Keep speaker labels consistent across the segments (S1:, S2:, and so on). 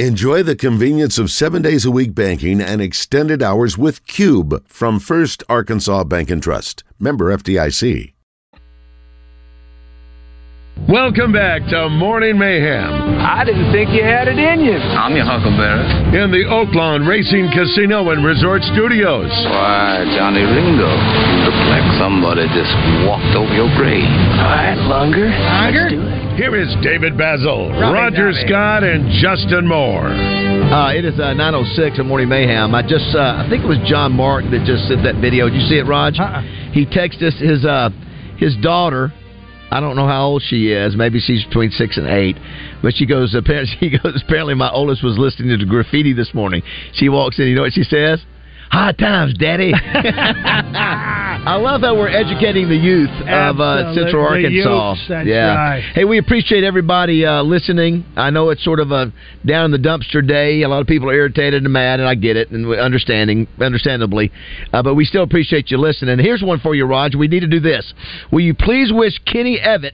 S1: Enjoy the convenience of seven days a week banking and extended hours with Cube from First Arkansas Bank and Trust. Member FDIC. Welcome back to Morning Mayhem
S2: I didn't think you had it in you.
S3: I'm your Huckleberry.
S1: in the Oaklawn Racing Casino and Resort Studios.
S3: Why, Johnny Ringo, you look like somebody just walked over your grave.
S2: All right, longer. Longer?
S1: Here is David Basil,
S4: Robbie
S1: Roger
S4: Downey.
S1: Scott, and Justin Moore.
S4: Uh, it is uh, 906 on Morning Mayhem. I just, uh, I think it was John Martin that just sent that video. Did you see it, Raj? He texted us his, uh, his daughter. I don't know how old she is. Maybe she's between six and eight. But she goes, apparently, she goes, apparently my oldest was listening to graffiti this morning. She walks in. You know what she says? High times, daddy. I love that we're educating the youth of uh,
S5: Absolutely.
S4: Central
S5: The youths,
S4: Arkansas.
S5: that's
S4: yeah.
S5: right.
S4: Hey, we appreciate everybody uh, listening. I know it's sort of a down in the dumpster day. A lot of people are irritated and mad, and I get it, and we- understanding, understandably. Uh, but we still appreciate you listening. Here's one for you, Raj. We need to do this. Will you please wish Kenny Evett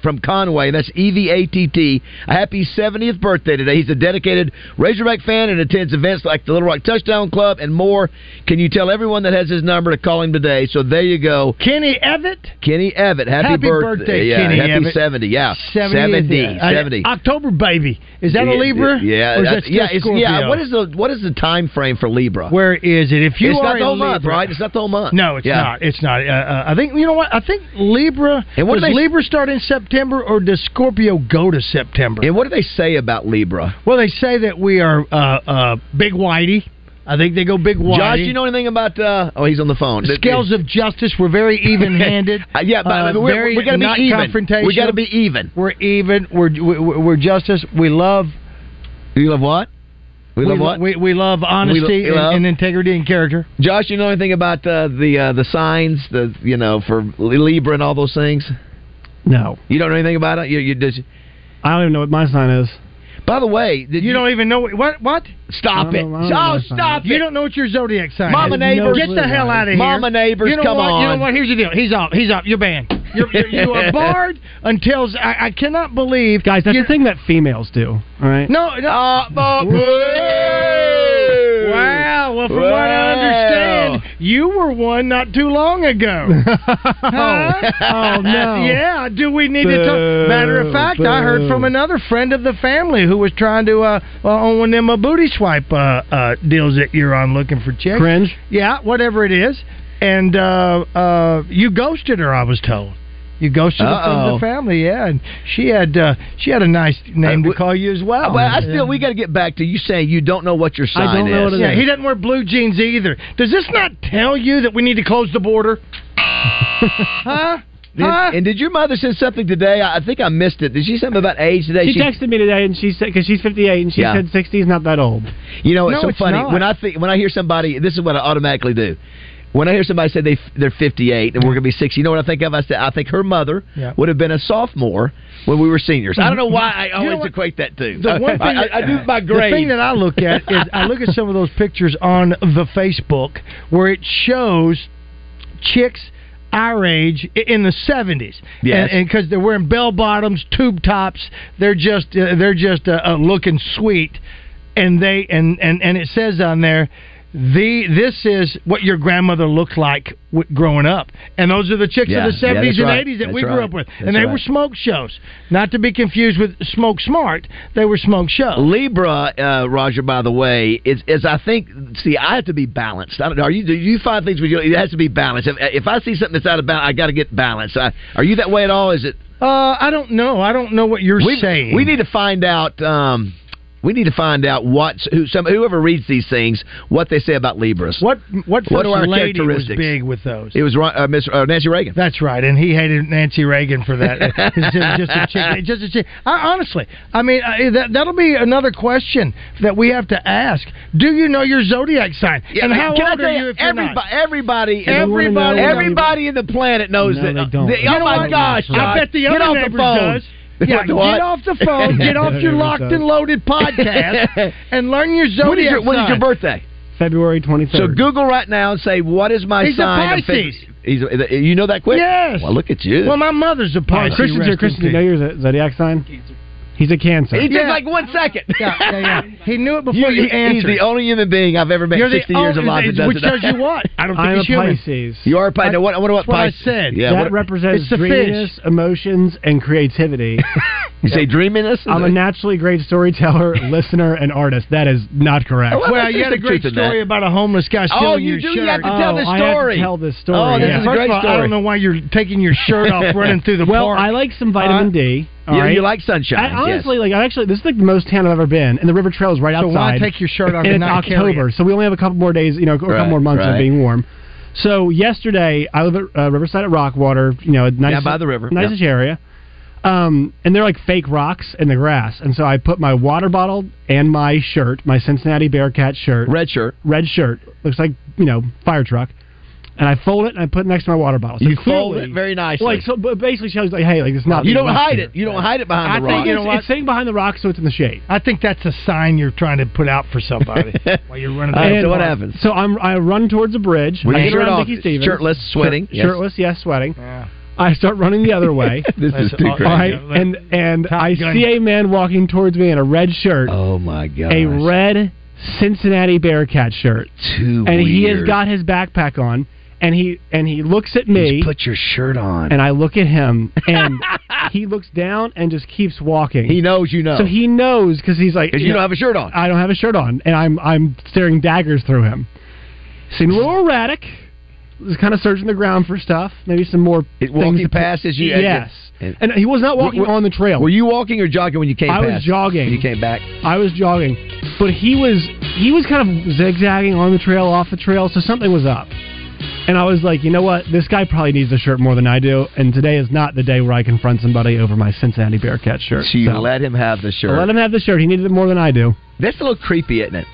S4: from Conway. That's E V A T T. A happy 70th birthday today. He's a dedicated Razorback fan and attends events like the Little Rock Touchdown Club and more. Can you tell everyone that has his number to call him today? So there you go.
S5: Kenny Evett.
S4: Kenny Evett. Happy,
S5: Happy birthday,
S4: yeah,
S5: Kenny
S4: happy
S5: Evett.
S4: 70. Yeah.
S5: 70.
S4: 70.
S5: Uh,
S4: 70.
S5: October baby. Is that a
S4: Yeah,
S5: Libra?
S4: Yeah,
S5: Or is
S4: that's-
S5: that still
S4: yeah, it's- yeah.
S5: Scorpio?
S4: What is the what is the time frame for Libra?
S5: Where is it? If you
S4: it's
S5: are
S4: not the
S5: a
S4: whole month,
S5: Libra-
S4: right? It's not the whole month.
S5: No, it's
S4: Yeah.
S5: not. It's not. Uh, uh, I think you know what? I think Libra.
S4: And what do
S5: does
S4: they-
S5: Libra start in September, or does Scorpio go to September?
S4: And what do they say about Libra?
S5: Well, they say that we are uh, uh, big whitey. I think they go big whitey.
S4: Josh, do you know anything about? Uh, oh, he's on the phone.
S5: scales of justice. We're very even-handed.
S4: Uh, yeah, but
S5: Uh,
S4: we're,
S5: very
S4: we got to
S5: not
S4: be even.
S5: confrontational.
S4: We got to be even.
S5: We're even. We're we, we- we're justice. We love.
S4: You love what? We love
S5: lo-
S4: what?
S5: We, we love honesty
S4: we
S5: and-
S4: love-
S5: and integrity and character.
S4: Josh, you know anything about uh, the uh, the signs, the you know for Libra and all those things?
S6: No,
S4: You don't know anything about it. You, you just.
S6: I don't even know what my sign is.
S4: By the way, did
S5: You
S4: you,
S5: don't even know what what?
S4: stop
S6: I don't
S4: it.
S6: know- I don't know
S4: Oh,
S6: my
S4: stop
S5: You
S4: it.
S5: don't know what your zodiac sign
S4: Mama
S5: is.
S4: neighbors.
S5: Get the hell out of here.
S4: Mama neighbors,
S5: You know
S4: come
S5: what?
S4: on.
S5: You know what? Here's the deal. He's off. He's off. You're banned. You're, you're, you are barred until I, I cannot believe,
S6: Guys, that's
S5: You're-
S6: the thing that females do. All right.
S5: No, no. wow. Well, from what I understand, you were one not too long ago. Huh?
S6: Oh, no.
S5: Yeah. Do we need to talk? Matter of fact, I heard
S6: Boo.
S5: from another friend of the family who was trying to uh, uh, on one of them uh, booty swipe uh, uh, deals that you're on looking for chicks.
S6: Cringe.
S5: Yeah, whatever it is. And uh, uh, you ghosted her, I was told. You ghosted her from
S4: Uh-oh.
S5: the family, yeah, and she had uh, she had a nice name
S4: Uh,
S5: to call you as well.
S4: Well, I still we got to get back to you saying you don't know what your sign
S6: don't know
S4: is.
S6: what it
S5: yeah, he doesn't wear blue jeans either. Does this not tell you that we need to close the border? huh?
S4: Did-
S5: Huh?
S4: and did your mother send something today? I I think I missed it. Did she say something about age today?
S6: She texted me today, and she said because she's 58, and she
S4: Yeah.
S6: said 60 is not that old.
S4: You know, it's
S5: No,
S4: so
S5: it's
S4: funny
S5: not.
S4: when I think when I hear somebody. This is what I automatically do. When I hear somebody say they they're 58 and we're gonna be 60, you know what I think of? I said I think her mother
S5: Yeah.
S4: would have been a sophomore when we were seniors. I don't know why I always
S5: what?
S4: equate that to.
S5: The one
S4: I,
S5: thing
S4: I, I do my
S5: The thing
S4: grade.
S5: that I look at is I look at some of those pictures on the Facebook where it shows chicks our age i- in the seventies,
S4: Yes.
S5: and because they're wearing bell bottoms, tube tops, they're just uh, they're just uh, uh, looking sweet, and they and and and it says on there. The this is what your grandmother looked like w- growing up, and those are the chicks
S4: Yeah,
S5: of
S4: yeah,
S5: the
S4: that's
S5: seventies and
S4: right.
S5: eighties that we
S4: That's
S5: grew
S4: right.
S5: up with,
S4: That's
S5: and they
S4: right.
S5: were smoke shows, not to be confused with smoke smart. They were smoke shows.
S4: Libra, uh, Roger. By the way, is is I think. See, I have to be balanced. I don't, are you? Do you find things with you? It has to be balanced. If, if I see something that's out of balance, I got to get balanced. I, are you that way at all? Is it?
S5: Uh, I don't know. I don't know what you're
S4: we,
S5: saying.
S4: We need to find out. Um, we need to find out what who, some whoever reads these things what they say about Libras.
S5: what what first
S4: What are our
S5: lady was
S4: characteristics?
S5: big with those.
S4: It was Ro- uh, Miss uh, Nancy Reagan.
S5: That's right, and he hated Nancy Reagan for that. It's just a chick, just a chick. I, honestly, I mean I, that that'll be another question that we have to ask. Do you know your zodiac sign? and how
S4: can I
S5: old
S4: tell
S5: are
S4: you,
S5: you if you're
S4: everybody,
S5: not?
S4: everybody,
S6: don't wanna know.
S4: everybody, everybody in the planet knows
S6: No,
S4: that.
S6: they don't.
S4: They-
S6: You
S4: oh
S6: know
S4: my
S6: what?
S4: gosh!
S5: I
S4: Josh,
S5: bet the
S4: get
S5: other
S4: off the
S5: neighbor
S4: phone.
S5: does. Yeah,
S4: What?
S5: get off the phone. Get off your locked and loaded podcast and learn your zodiac
S4: What is your What is your
S5: sign.
S4: birthday?
S6: February 23rd.
S4: So Google right now and say what is my
S5: He's a
S4: sign? of Feb-
S5: Pisces.
S4: He's a- you know that quick?
S5: Yes.
S4: Well, look at you.
S5: Well, my mother's a Pisces.
S6: Christians
S5: rest
S6: or
S5: in
S6: Christians,
S5: peace.
S6: know your zodiac sign? He's a cancer.
S4: He took like one second.
S5: Yeah, yeah, yeah. He knew it before you,
S4: he- he's
S5: answered.
S4: the only human being I've ever met in
S5: You're the
S4: 60 years of
S5: only-
S4: life that does
S5: Which
S4: it.
S5: tells you what? I don't think
S6: I'm a
S5: he's human.
S6: Pisces.
S4: You are Pisces. What, what about
S5: That's what I
S4: Pisces?
S5: said.
S4: Yeah,
S5: That
S4: what-
S6: that represents
S5: It's the fish.
S6: dreaminess, emotions, and creativity.
S4: you say dreaminess?
S6: I'm a naturally great storyteller, listener, and artist. That is not correct.
S4: Well,
S5: Well,
S4: there's
S5: you had a
S4: some
S5: great
S4: truth in that.
S5: story about a homeless guy stealing
S4: Oh, you
S5: your
S4: do?
S5: shirt.
S4: You have to
S6: Oh,
S4: tell the
S6: I have to
S4: story.
S6: tell this story,
S4: Oh, this
S6: yeah.
S4: is a
S5: First
S4: great
S5: of all,
S4: story.
S5: I don't know why you're taking your shirt off running through the
S6: Well,
S5: park.
S6: I like some vitamin
S5: Uh,
S6: D. All
S4: You,
S6: right?
S4: you like sunshine.
S6: I, honestly,
S4: yes.
S6: like I actually, this is like the most tan I've ever been, and the river trail is right
S5: so
S6: outside.
S5: why take your shirt off
S6: and
S5: and
S6: it's
S5: not carry
S6: October,
S5: it?
S6: so we only have a couple more days, you know, or a
S4: Right,
S6: couple more months
S4: right.
S6: of being warm. So yesterday, I live at uh, Riverside at Rockwater, you know, a nice
S4: Yeah, by the river,
S6: nicest area. Um, and they're like fake rocks in the grass, and so I put my water bottle and my shirt, my Cincinnati Bearcat shirt,
S4: Red shirt.
S6: red shirt, looks like you know fire truck, and I fold it and I put it next to my water bottle. So
S4: You fold
S6: clearly-
S4: it very nicely.
S6: Like so, but basically shows like, hey, like it's not.
S4: you
S6: being
S4: don't
S6: left
S4: hide
S6: here.
S4: it. You don't hide it behind
S5: I
S4: the
S5: think
S4: rock.
S5: you know
S6: It's,
S5: what?
S6: it's sitting behind the rock, so it's in the shade.
S5: I think that's a sign you're trying to put out for somebody while you're running.
S4: All
S5: through
S4: right,
S5: the
S4: so what
S5: park.
S4: happens?
S6: So I'm I run towards a bridge.
S4: With
S6: I
S4: your
S6: get
S4: shirt
S6: around
S4: off,
S6: Dickie Stevens.
S4: shirtless, sweating,
S6: Shirt-
S4: yes.
S6: shirtless, yes, sweating.
S5: Yeah.
S6: I start running the other way.
S4: this is
S5: That's
S4: too
S5: all-
S4: crazy.
S6: all right,
S5: Yeah,
S6: and and
S5: Top
S6: I
S5: Gun.
S6: see a man walking towards me in a red shirt,
S4: Oh my god.
S6: a red Cincinnati Bearcat shirt,
S4: Too
S6: and
S4: weird.
S6: he has got his backpack on, and he and he looks at me,
S4: Just put your shirt on.
S6: and I look at him, and he looks down and just keeps walking.
S4: he knows you know.
S6: so he knows because he's like,
S4: because you don't have a shirt on.
S6: I don't have a shirt on, and I'm I'm staring daggers through him. Seemed a little erratic. Was kind of searching the ground for stuff, maybe some more
S4: It-
S6: things
S4: walking
S6: to pick-
S4: past as you-
S6: Yes,
S4: and-
S6: and, he was not walking
S4: Were-
S6: on the trail.
S4: Were you walking or jogging when you came
S6: I was
S4: past?
S6: jogging.
S4: You came back.
S6: I was jogging, but he was he was kind of zigzagging on the trail, off the trail, so something was up. And I was like, you know what? This guy probably needs a shirt more than I do, and today is not the day where I confront somebody over my Cincinnati Bearcat shirt.
S4: So you
S6: So,
S4: let him have the
S6: I
S4: shirt.
S6: let him have the shirt. He needed it more than I do.
S4: That's a little creepy, isn't it?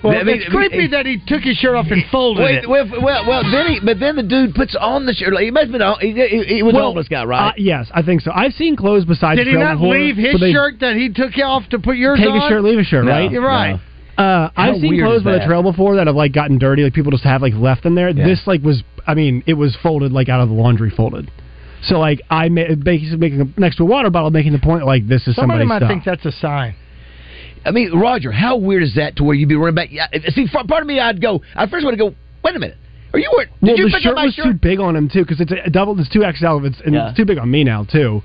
S5: Well,
S4: I mean-
S5: it's
S4: I mean,
S5: creepy that he took his shirt off and folded
S4: Wait,
S5: it.
S4: well, well, well, then he, but then the dude puts on the shirt. Like, he must have been, on- he, he, he was a homeless guy, right?
S6: Uh, yes, I think so. I've seen clothes besides.
S5: Did he
S6: Trail
S5: not
S6: and Horror,
S5: leave his
S6: but they
S5: shirt that he took off to put yours
S6: Take
S5: on?
S6: a shirt, leave a shirt,
S4: No,
S6: right?
S5: You're right.
S4: no.
S6: Uh,
S4: How
S6: I've seen
S4: weird is
S6: clothes by the
S4: that?
S6: trail before that have like gotten dirty. Like people just have like left them there.
S4: Yeah.
S6: This like was, I mean, it was folded like out of the laundry folded. So like I ma- basically making a, next to a water bottle, making the point like this is
S5: Somebody
S6: somebody's
S5: might
S6: stuff.
S5: think that's a sign.
S4: I mean, Roger, how weird is that to where you'd be running back? Yeah, see, fr- part of me, I'd go, I first want to go, wait a minute. Are you wearing, did
S6: well,
S4: you
S6: the
S4: pick
S6: shirt
S4: up my
S6: was
S4: shirt?
S6: too big on him too because it's a double. It's two XL. It's and
S4: Yeah.
S6: it's too big on me now too.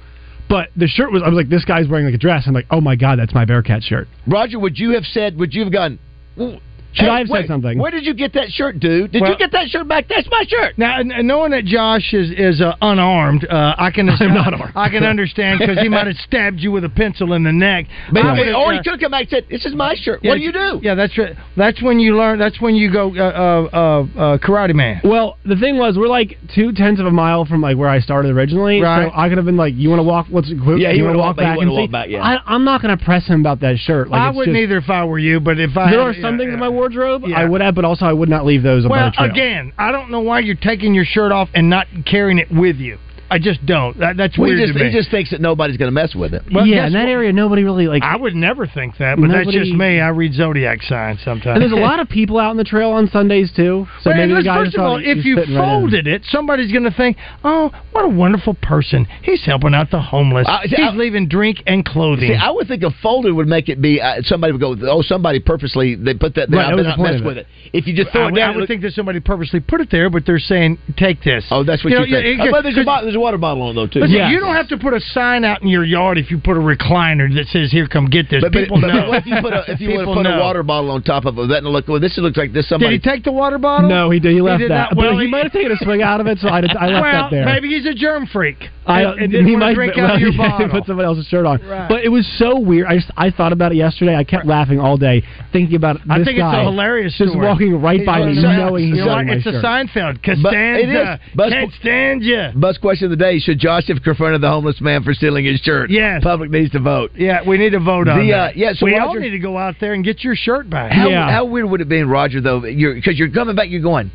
S6: But the shirt was. I was like, this guy's wearing like a dress. I'm like, oh my god, that's my Bearcat shirt.
S4: Roger, would you have said, would you have gone, "Ooh,
S6: Should
S4: hey,
S6: I have said
S4: wait,
S6: something?"
S4: Where did you get that shirt, dude? Did you
S5: Well-
S4: get that shirt back? That's my shirt.
S5: Now, and- and knowing that Josh is is uh, unarmed, uh, I can
S6: I'm not armed.
S5: I can understand because he might have stabbed you with a pencil in the neck.
S4: Maybe,
S5: I would've,
S4: or oh, he
S5: uh,
S4: could have come back and said, this is my shirt.
S5: yeah,
S4: what do you do?
S5: Yeah, that's right. That's when you learn. That's when you go uh, uh, uh, uh, Karate Man.
S6: Well, the thing was, we're like two tenths of a mile from like where I started originally.
S5: Right.
S6: So I could have been like, "You want to walk? Let's equip-
S4: Yeah, he
S6: you want
S4: would've
S6: to walk
S4: walked back-
S6: back
S4: he
S6: and
S4: would've
S6: see?"
S4: walked back, yeah.
S6: I, I'm not going to press him about that shirt. Like,
S5: I
S6: it's
S5: wouldn't
S6: just-
S5: either if I were you, but if I
S6: There
S5: had-
S6: are some
S5: yeah,
S6: things
S5: yeah.
S6: in my wardrobe
S5: Yeah.
S6: I would have, but also I would not leave those. above
S5: Well,
S6: the trail.
S5: again, I don't know why you're taking your shirt off and not carrying it with you. I just don't. That, that's
S4: Well, he,
S5: weird
S4: just,
S5: to me.
S4: he just thinks that nobody's going to mess with it.
S5: well,
S6: yeah,
S5: guess
S6: in that
S5: what?
S6: area, nobody really like.
S5: I would never think that, but that's
S6: Nobody-
S5: just me. I read zodiac signs sometimes.
S6: and there's a lot of people out on the trail on Sundays too. So
S5: uh, Well,
S6: maybe the
S5: and
S6: guy
S5: first
S6: just
S5: of
S6: thought
S5: all,
S6: he-
S5: if
S6: he's
S5: you
S6: fitting right in.
S5: folded it, somebody's going to think, "Oh, what a wonderful person! He's helping out the homeless.
S4: I- Uh, see,
S5: He's
S4: I-
S5: leaving drink and clothing."
S4: See, I would think a folder would make it be uh, somebody would go, oh, somebody purposely they put that there.
S6: Right, that
S4: I
S6: was
S4: better not
S6: the point
S4: mess
S6: of
S4: with it.
S6: it.
S4: If you just
S5: I
S4: throw it
S5: would-
S4: down,
S5: I
S4: it
S5: would
S4: look-
S5: think that somebody purposely put it there, but they're saying, "Take this."
S4: oh, that's what you,
S5: know, it-
S4: think. Oh, but there's a,
S5: could-
S4: bo- there's a water bottle on though too.
S5: Listen,
S6: Yes.
S5: You don't have to put a sign out in your yard if you put a recliner that says, "Here, come get this."
S4: But, but,
S5: People
S4: but,
S5: know.
S4: what if you put a if you would
S5: People
S4: have put a
S5: know.
S4: water bottle on top of it, that and look well, this looks like this
S5: Did
S4: somebody
S5: he take the water bottle?
S6: No, he did. He left
S5: did
S6: that,
S5: not- well,
S6: but he,
S5: he-
S6: might have taken a swig out of it, so I, did, I left
S5: well,
S6: that there.
S5: maybe he's a germ freak.
S6: I
S5: and, and didn't
S6: he
S5: want
S6: might
S5: to drink
S6: well,
S5: out of your
S6: he
S5: bottle.
S6: put somebody else's shirt on.
S5: Right.
S6: But it was so weird. I just, I thought about it yesterday. I kept laughing all day thinking about this
S5: I think it's
S6: guy
S5: a hilarious
S6: just
S5: story.
S6: walking right by me,
S4: running around.
S6: knowing he's
S5: You know
S6: wearing
S5: what?
S6: my
S5: It's
S6: shirt.
S5: a Seinfeld.
S4: But it is.
S5: Costanza.
S4: But-
S5: can't stand you.
S4: Buzz question of the day: Should Josh have confronted the homeless man for stealing his shirt?
S5: Yes.
S4: Public needs to vote.
S5: Yeah, we need to vote on
S4: The, uh,
S5: that.
S4: yeah, so
S5: we all
S4: Roger-
S5: need to go out there and get your shirt back.
S4: How,
S6: Yeah.
S4: how weird would it be, Roger? Though, because you're, 'cause you're coming back, you're going,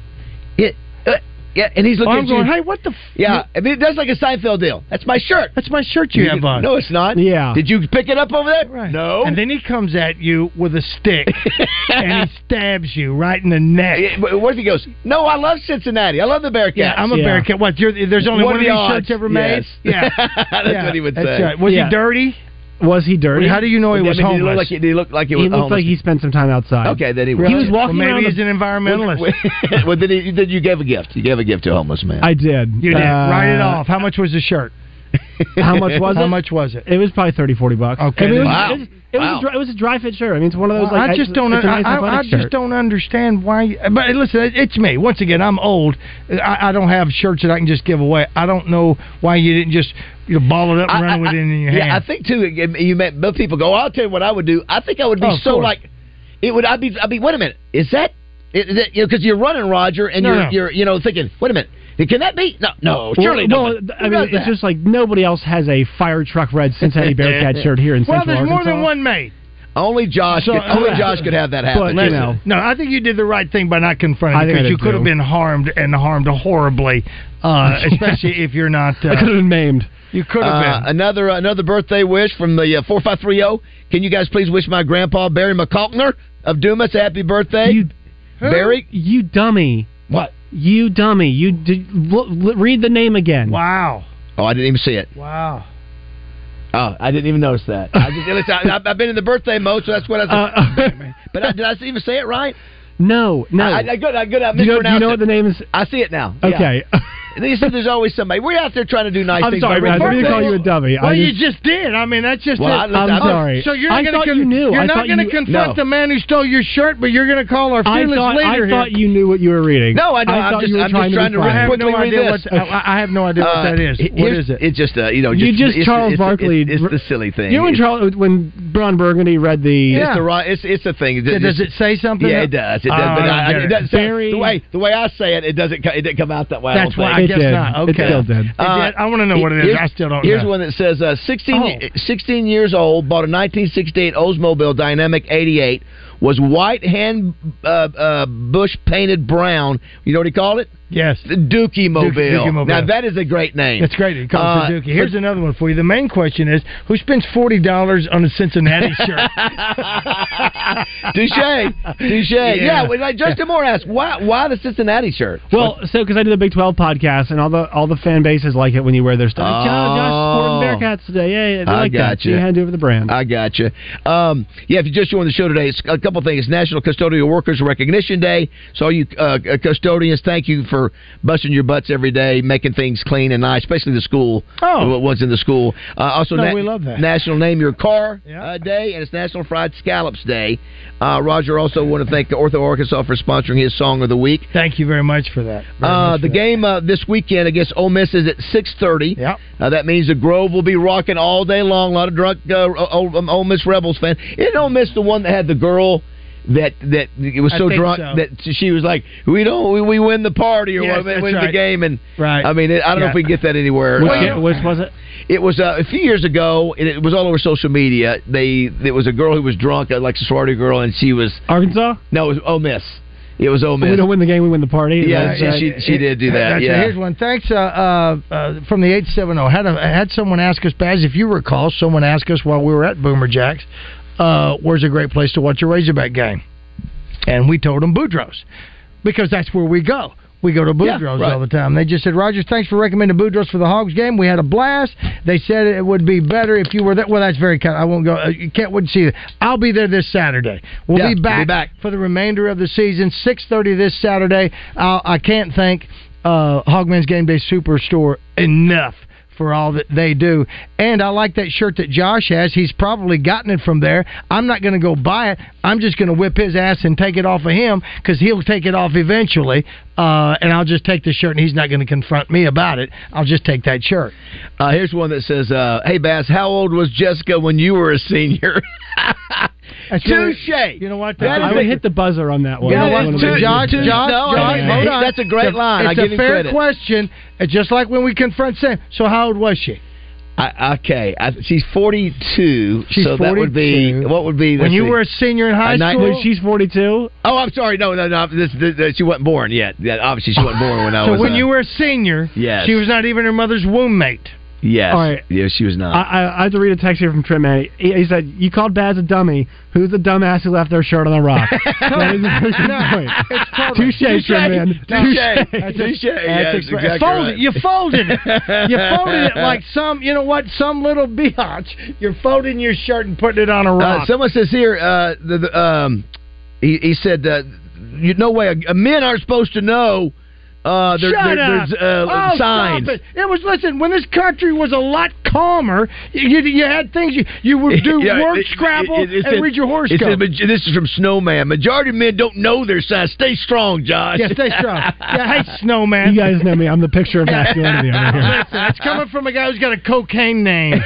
S4: yeah, uh, yeah, and he's looking
S5: I'm
S4: at you.
S5: going, hey, what the? F-
S4: yeah, I mean, it does like a Seinfeld deal. That's my shirt.
S5: that's my shirt you have on.
S4: No, it's not.
S6: Yeah.
S4: Did you pick it up over there?
S5: Right.
S4: No.
S5: And then he comes at you with a stick and he stabs you right in the neck.
S4: Yeah, but what if he goes? No, I love Cincinnati. I love the Bearcats.
S5: Yeah, I'm a
S6: Yeah.
S5: Bearcat. What? You're, there's only
S4: What
S5: one of
S4: are the
S5: these
S4: odds?
S5: shirts ever made.
S4: Yes.
S5: Yeah,
S4: That's
S5: Yeah,
S4: what he would
S5: that's
S4: say.
S5: right. Was
S6: Yeah.
S5: he dirty?
S6: Was he dirty?
S5: How do you know he was
S4: I mean, did
S5: homeless?
S4: Look like it, did he look like it was
S6: he looked
S4: homeless?
S6: like he spent some time outside.
S4: Okay, then he was.
S6: He was walking
S5: well,
S6: around
S5: maybe
S6: the-
S5: he's an environmentalist.
S4: well, then, he, then you gave a gift. You gave a gift to a homeless man.
S6: I did.
S5: You did.
S6: Uh,
S5: Write it off. How much was the shirt?
S6: How much was
S5: How
S6: it?
S5: much was it?
S6: It was probably 30, 40 bucks.
S5: Okay,
S6: I mean, it was,
S4: wow.
S6: It was, it was
S4: Wow.
S6: a dry, it was a dry fit shirt. I mean, it's one of those. Like,
S5: I just
S6: it's-
S5: don't.
S6: It's a nice
S5: I, I, I
S6: athletic
S5: just
S6: shirt.
S5: don't understand why. you- But listen, it's me. Once again, I'm old. I, I don't have shirts that I can just give away. I don't know why you didn't just you know, ball it up and run with it in your
S4: yeah,
S5: hand.
S4: I think too. it- You met both people. Go. "Oh, I'll tell you what I would do. I think I would be
S5: Oh, of
S4: so
S5: course.
S4: like, it would. I'd be. I'd be. Wait a minute. Is that? Is that you know? Because you're running Roger, and
S5: No,
S4: you're
S5: no.
S4: you're you know thinking. Wait a minute. Can that be? No, no. Surely
S6: well,
S4: no.
S6: well, I mean, it's just like nobody else has a fire truck red Cincinnati Bearcat shirt here in
S5: well,
S6: Central
S5: there's more
S6: Arkansas.
S5: than one made.
S4: only Josh.
S5: So- uh,
S4: could, only
S5: correct.
S4: Josh could have that happen.
S6: But you
S4: Listen.
S6: know,
S5: No, I think you did the right thing by not confronting
S6: I think I
S5: because
S6: did
S5: you could have
S6: too.
S5: been harmed and harmed horribly, uh, especially if you're not.
S6: I could
S5: Uh,
S6: have been maimed.
S5: you could have
S4: Uh,
S5: been.
S4: another another birthday wish from the uh, four five three zero. Can you guys please wish my grandpa Barry McCalkner of Dumas a happy birthday?
S6: You,
S4: Barry,
S6: you dummy.
S4: what?
S6: You dummy. You did, look, look- read the name again.
S5: Wow.
S4: Oh, I didn't even see it.
S5: Wow.
S4: Oh, I didn't even notice that. I just, listen, I, I've been in the birthday mode, so that's what I.
S6: Uh,
S4: but I, did I even say it right?
S6: no, no.
S4: I, I, good, I good. I
S6: do, you know,
S4: mispronounced
S6: do you know
S4: it.
S6: what the name is?
S4: I see it now. Yeah.
S6: Okay.
S4: And They said there's always somebody. We're out there trying to do nice
S6: I'm
S4: things.
S6: sorry,
S4: but
S6: man. I didn't
S4: birthday-
S6: call you a dummy.
S5: Well,
S6: I
S5: you
S6: just,
S5: just did. I mean, that's just
S4: Well,
S5: it.
S4: I-
S6: I'm
S4: I'm-
S6: sorry.
S5: So you're
S6: I
S5: not going
S6: thought
S5: to
S6: you knew.
S5: You're
S6: I
S5: not
S6: thought
S5: going to
S6: you-
S5: confront
S4: No.
S5: the man who stole your shirt, but you're going to call our
S6: I
S5: fearless
S6: thought,
S5: leader
S6: I
S5: here.
S6: thought you knew what you were reading.
S4: No, I know.
S6: I
S4: I'm
S6: thought
S4: just-
S6: you were
S4: I'm just
S6: trying
S4: trying to
S6: to be
S5: I
S6: funny.
S5: have
S4: quickly
S5: no
S4: read
S5: idea
S4: this.
S5: what I, I have no idea what
S4: Uh,
S5: that is. What
S4: here's-
S5: is it?
S4: It's just uh, you know.
S6: You just
S4: it's,
S6: Charles
S4: it's,
S6: Barkley-
S4: It's, it's the silly thing.
S6: You and
S4: It's-
S6: Charles, when Brown Burgundy read the.
S4: It's the right. It's it's the thing.
S5: Does- Does it say something?
S4: Yeah, it does. It does.
S5: Oh,
S4: but
S5: I
S4: I,
S5: don't
S4: I, it
S5: get
S4: doesn't say-
S6: Very-
S4: the way the way I say it, it doesn't. co- It didn't come out that way. I
S5: That's
S4: don't
S5: why
S4: think.
S5: I
S6: It
S5: guess
S6: did.
S5: not.
S6: It
S5: Okay.
S6: still did.
S5: It did. I want to know what it is.
S4: Here's-
S5: I still don't
S4: Here's
S5: know.
S4: one that says uh, 16,
S5: Oh.
S4: 16 years old, bought a 1968 Oldsmobile Dynamic 88, was white hand uh, uh, bush painted brown. You know what he called it?
S5: Yes.
S4: The Dookie Mobile.
S5: Dookie-mobile.
S4: Now, that is a great name.
S5: That's great. It calls
S4: Uh,
S5: for Dookie. Here's another one for you. The main question is who spends forty dollars on a Cincinnati shirt?
S4: Touche. Touche. Yeah. well, like Justin Moore asked, why, why the Cincinnati shirt?
S6: Well, so because I did the Big Twelve podcast, and all the all the fan bases like it when you wear their stuff.
S4: Oh.
S6: Like, Josh, Josh supporting Bearcats today. Yeah, yeah they
S4: I
S6: like that. So
S4: gotcha.
S6: you had to do it with the brand.
S4: I gotcha. Um, yeah, if you just joined the show today, it's a couple things. National Custodial Workers Recognition Day. So, all you uh, custodians, thank you for busting your butts every day, making things clean and nice, especially the school.
S5: Oh.
S4: what was in the school. Uh, also,
S5: No, we love that.
S4: National Name Your Car
S5: Yeah.
S4: uh, Day, and it's National Fried Scallops Day. Uh, Roger also want to thank Ortho Arkansas for sponsoring his song of the week.
S5: Thank you very much for that. Very
S4: Uh,
S5: much for
S4: the
S5: that.
S4: game uh, this weekend against Ole Miss is at six thirty.
S5: Yep.
S4: Uh, that means the Grove will be rocking all day long. A lot of drunk uh, Ole, um, Ole Miss Rebels fan. Isn't Ole Miss the one that had the girl that that it was
S5: I
S4: so
S5: think
S4: drunk
S5: so.
S4: that she was like, "We don't, we, we win the party or
S5: Yes,
S4: we
S5: that's
S4: win the
S5: right.
S4: game." And
S5: Right.
S4: I mean, it, I don't know
S5: Yeah.
S4: if we can get that anywhere.
S6: Which,
S4: Uh,
S6: which was it?
S4: it was uh, a few years ago, and it was all over social media. They there was a girl who was drunk, uh, like a sorority girl, and she was
S6: Arkansas.
S4: no, it was Ole Miss. It was Ole
S6: We
S4: Miss.
S6: don't win the game, we win the party.
S4: Yeah,
S6: That's, uh,
S4: she, she, she did do that.
S5: Gotcha.
S4: Yeah.
S5: Here's one. Thanks uh, uh, uh, from the 870. Had, a, had someone ask us, Baz, if you recall, someone asked us while we were at Boomer Jacks, uh, where's a great place to watch a Razorback game? And we told them Boudreaux's because that's where we go. We go to Boudreaux's
S4: right.
S5: all the time. They just said, Rogers, thanks for recommending Boudreaux's for the Hogs game. We had a blast. They said it would be better if you were there. Well, that's very kind. I won't go. Uh, you can't wait to see it. I'll be there this Saturday. We'll
S4: Yeah,
S5: be
S4: we'll be
S5: back
S4: back.
S5: for the remainder of the season. Six thirty this Saturday. I, I can't thank uh, Hogman's Game Day Superstore enough for all that they do. And I like that shirt that Josh has. He's probably gotten it from there. I'm not going to go buy it. I'm just going to whip his ass and take it off of him because he'll take it off eventually. Uh, and I'll just take the shirt, and he's not going to confront me about it. I'll just take that shirt.
S4: Uh, here's one that says, uh, "Hey Bass, how old was Jessica when you were a senior?"
S5: That's really-
S4: Touche.
S5: You know what?
S4: That
S6: I
S4: is
S6: would
S4: a-
S6: hit the buzzer on that one.
S4: Yeah,
S6: I
S4: that's
S6: wouldn't
S4: two-
S6: win.
S5: Josh,
S4: two-
S5: Josh,
S4: no,
S5: Josh,
S4: hey,
S5: hold
S4: hey,
S5: on.
S4: that's a great
S5: It's
S4: line. I
S5: It's
S4: give
S5: a
S4: him
S5: fair
S4: credit.
S5: question. It's just like when we confront Sam. So how old was she?
S4: I, okay, I, she's 42,
S5: She's
S4: so that would be
S5: 42.
S4: what would be
S5: When
S4: let's
S5: you
S4: see.
S5: were a senior in high
S4: A night-
S5: school.
S6: When she's 42,
S4: Oh, I'm sorry. No, no, no. This, this, this- she wasn't born yet. Yeah, obviously she wasn't born when I
S5: so
S4: was.
S5: when
S4: uh,
S5: you were a senior,
S4: Yes.
S5: she was not even her mother's womb mate.
S4: Yes.
S6: All right.
S4: Yeah, she was not.
S6: I, I, I had to read a text here from Trent Manny. He, he said, "You called Baz a dummy. Who's the dumbass who left their shirt on the rock?" that is a good point. Touche, Trent Man.
S4: Touche.
S6: Touche.
S4: Touche. Yeah, that's exactly
S5: fold
S4: right.
S5: it. You folded it. You folded it like some, you know what, some little biatch. You're folding your shirt and putting it on a rock.
S4: Uh, someone says here, uh, the, the, um, he, he said, uh, you, "No way, uh, men aren't supposed to know." Uh, there,
S5: Shut
S4: there-
S5: up.
S4: There's uh,
S5: oh,
S4: signs.
S5: Stop it. it was listen when this country was a lot calmer. You, you had things you you would do
S4: Yeah,
S5: word
S4: it-
S5: scrabble
S4: it- it
S5: and
S4: said-
S5: read your
S4: it said,
S5: horoscope.
S4: "Maj- this is from Snowman. Majority of men don't know their signs. Stay strong, Josh.
S5: yeah, stay strong. Yeah, hey
S6: You
S5: snowman.
S6: guys know me. I'm the picture of masculinity over here.
S5: Listen, that's coming from a guy who's got a cocaine name.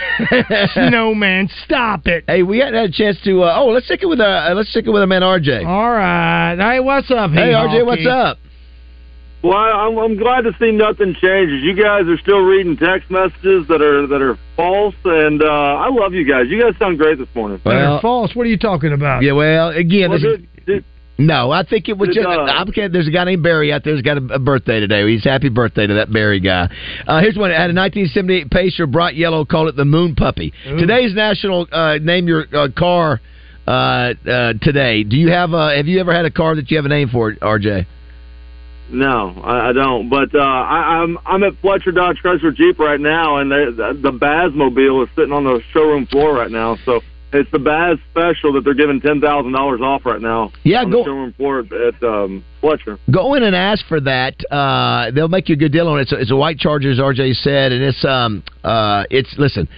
S5: snowman, stop it.
S4: Hey, we hadn't had a chance to. Uh, oh, let's stick it with uh, uh, let's stick it with our man RJ.
S5: All right. Hey, what's up?
S4: hey, RJ,
S5: Hawkeye?
S4: what's up?
S7: Well, I'm, I'm glad to see nothing changes. You guys are still reading text messages that are that are false, and uh, I love you guys. You guys sound great this morning.
S5: They're
S4: Well,
S5: false. What are you talking about?
S4: yeah. Well, again,
S7: Well,
S4: this is-
S7: did, did,
S4: no. I think it was
S7: Did,
S4: just.
S7: uh,
S4: I'm kidding. There's a guy named Barry out there who's got a, a birthday today. He's happy birthday to that Barry guy. Uh, here's one. At a 1978 Pacer, bright yellow. Call it the Moon Puppy. Today's national uh, name your uh, car uh, uh, today. Do you have a? Have you ever had a car that you have a name for? RJ.
S7: no, I, I don't. But uh, I, I'm I'm at Fletcher Dodge Chrysler Jeep right now, and they, the, the Bazmobile is sitting on the showroom floor right now. So it's the Baz special that they're giving ten thousand dollars off right now.
S4: Yeah,
S7: on
S4: go-
S7: the showroom floor at, at um, Fletcher.
S4: Go in and ask for that. Uh, they'll make you a good deal on it. It's a, it's a white Charger, as RJ said, and it's um uh it's listen.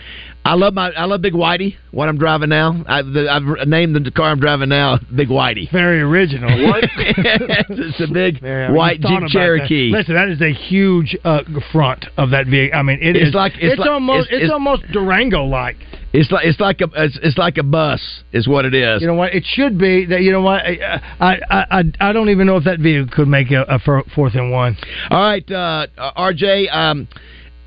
S4: I love my I love Big Whitey. What I'm driving now, I, the, I've named the car I'm driving now Big Whitey.
S5: Very original.
S4: it's a big
S5: Yeah, I mean,
S4: white
S5: you thought
S4: Jeep
S5: about
S4: Cherokee.
S5: That. Listen, that is a huge uh, front of that vehicle. I mean, it
S4: It's
S5: is-
S4: like- it's
S5: it's,
S4: like-
S5: almost
S4: it's-
S5: it's,
S4: it's-
S5: almost Durango like.
S4: It's like it's like a it's, it's like a bus is what it is.
S5: You know what? It should be that. You know what? I I I, I don't even know if that vehicle could make a, a fir- fourth and one.
S4: All right, uh, uh, RJ. Um,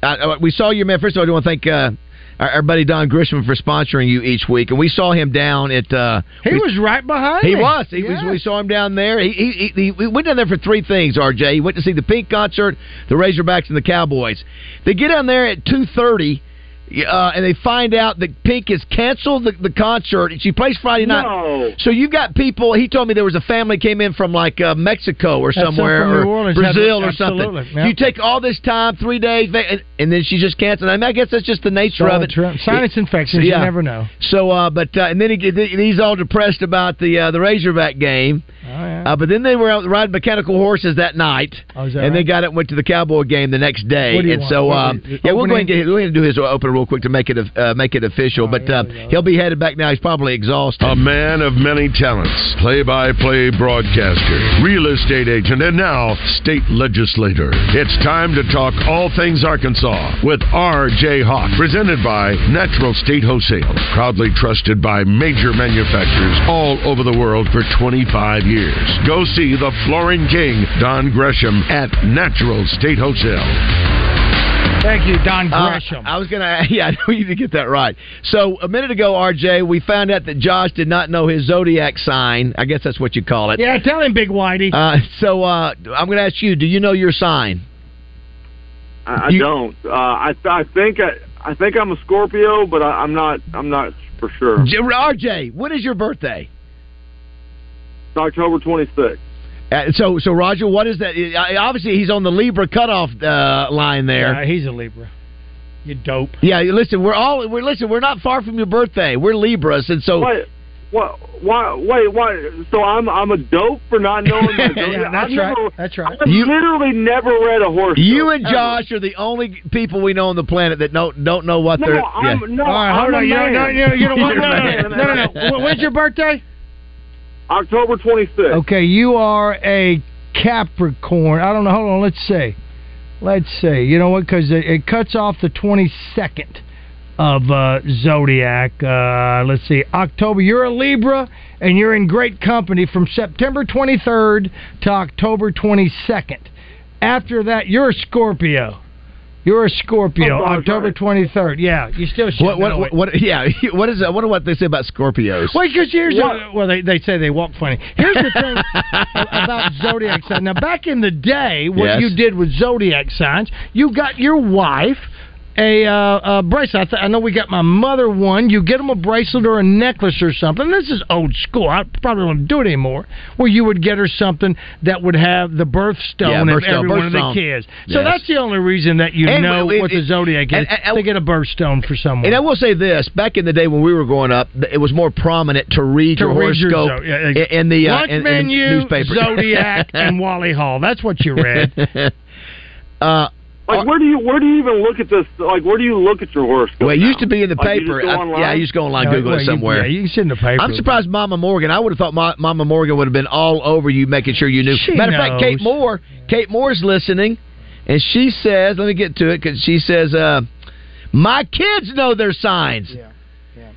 S4: uh, we saw your man. First of all, I do want to thank uh, our, our buddy Don Grisham for sponsoring you each week, and we saw him down at. Uh,
S5: He
S4: we-
S5: was right behind.
S4: He
S5: me.
S4: was. He
S5: Yeah.
S4: was. We saw him down there. He, he, he, he went down there for three things. RJ. He went to see the Pink concert, the Razorbacks, and the Cowboys. They get down there at two thirty, uh, and they find out that Pink has canceled the, the concert. She plays Friday night.
S7: No.
S4: So you got people. He told me there was a family came in from like uh, Mexico or
S5: That's
S4: somewhere
S5: from New
S4: or
S5: Orleans.
S4: Brazil or
S5: Absolutely.
S4: something.
S5: Yeah.
S4: You take all this time, three days, va- and, and then she just canceled. I mean, I guess that's just the nature of
S5: Donald
S4: it.
S5: Trump. Sinus infections.
S4: Yeah.
S5: You never know.
S4: So, uh, but uh, and then he, he's all depressed about the uh, the Razorback game.
S5: Oh, yeah.
S4: Uh, but then they were out riding mechanical horses that night,
S5: Oh, is
S4: and
S5: that
S4: they
S5: right?
S4: got it and went to the Cowboy game the next day.
S5: What do you
S4: and
S5: want?
S4: so,
S5: What
S4: um,
S5: do you-
S4: yeah, we'll go ahead and
S5: opening? Oh,
S4: get we'll do his opener real quick to make it uh, make it official. but uh, he'll be headed back now. He's probably exhausted.
S1: A man of many talents, play by play broadcaster, real estate agent, and now state legislator. It's time to talk all things Arkansas with R.J. Hawk, presented by Natural State Wholesale, proudly trusted by major manufacturers all over the world for 25 years. Go see the flooring king, Don Gresham, at Natural State Wholesale.
S5: Thank you, Don
S4: Uh,
S5: Gresham.
S4: I was gonna, yeah, I know you did get that right. So a minute ago, RJ, we found out that Josh did not know his zodiac sign. I guess that's what you call it.
S5: yeah, tell him, Big Whitey.
S4: Uh, so uh, I'm gonna ask you: Do you know your sign?
S7: I, I
S4: You-
S7: don't. Uh, I I think I, I think I'm a Scorpio, but I, I'm not. I'm not for sure.
S4: J- RJ, what is your birthday?
S7: It's October 26th.
S4: Uh, so, so Roger, what is that? Uh, obviously, he's on the Libra cutoff uh, line
S5: Yeah,
S4: there.
S5: he's a Libra. You dope.
S4: Yeah. listen, we're all we're listen, we're not far from your birthday. We're Libras, and so
S7: Wait, what? Why? Wait, why? So I'm I'm a dope for not knowing. My zodiac?
S5: Yeah, that's
S7: I've
S5: right.
S7: Never,
S5: That's right.
S7: I've
S4: You-
S7: literally never read a horse.
S4: you and Josh are the only people we know on the planet that don't don't know what
S7: No,
S4: they're.
S7: I'm,
S4: yeah.
S7: no,
S5: All right,
S7: I'm
S5: hold
S7: a
S5: on. You don't,
S7: man.
S5: no, you, you don't want,
S4: You're
S5: no,
S4: a
S5: no,
S4: man.
S5: no, no, no, no. Wh- When's your birthday?
S7: October 26th.
S5: Okay, you are a Capricorn. I don't know. Hold on. Let's see. Let's see. You know what? Because it, it cuts off the 22nd of uh, Zodiac. Uh, let's see. October. You're a Libra, and you're in great company from September 23rd to October 22nd. After that, you're a Scorpio. You're a Scorpio.
S7: Oh, God,
S5: October
S7: right.
S5: 23rd. Yeah, you still should
S4: What,
S5: know
S4: what,
S5: it.
S4: what, yeah, what is that? I wonder what they say about Scorpios.
S5: Wait, because here's
S7: What?
S5: the- well, they, they say they walk funny. Here's the thing about zodiac signs. Now, back in the day, what
S4: Yes.
S5: you did with zodiac signs, you got your wife a, uh, a bracelet. I, th- I know we got my mother one. You get them a bracelet or a necklace or something. This is old school. I probably don't do it anymore. Where you would get her something that would have the birthstone
S4: Yeah,
S5: of
S4: birthstone,
S5: every one of the
S4: birthstone.
S5: kids. So
S4: Yes.
S5: that's the only reason that you
S4: And
S5: know
S4: it-
S5: what the
S4: it-
S5: zodiac is.
S4: and- and-
S5: they get a birthstone for someone.
S4: And I will say this: back in the day when we were growing up, th- it was more prominent to read
S5: To
S4: your
S5: read your
S4: horoscope
S5: zo- yeah,
S4: in, in the uh,
S5: Lunch
S4: in, in the
S5: menu,
S4: newspaper.
S5: Zodiac, and Wally Hall. That's what you read.
S4: uh,
S7: Like, where do you where do you even look at this? Like, where do you look at your horoscope?
S4: well, it used
S7: now?
S4: to be in the
S7: Like, Oh, you just
S4: paper.
S7: go
S4: I-
S7: online?
S4: yeah, I used to go online,
S5: No,
S4: Google
S5: well,
S4: it
S5: you-
S4: somewhere.
S5: yeah, you can sit in the paper.
S4: I'm surprised Mama Morgan. I would have thought Ma- Mama Morgan would have been all over you, making sure you knew.
S5: She
S4: Matter of fact, Kate
S5: knows.
S4: Moore. Kate Moore's listening, and she says, "Let me get to it," because she says, uh, "My kids know their signs." Yeah.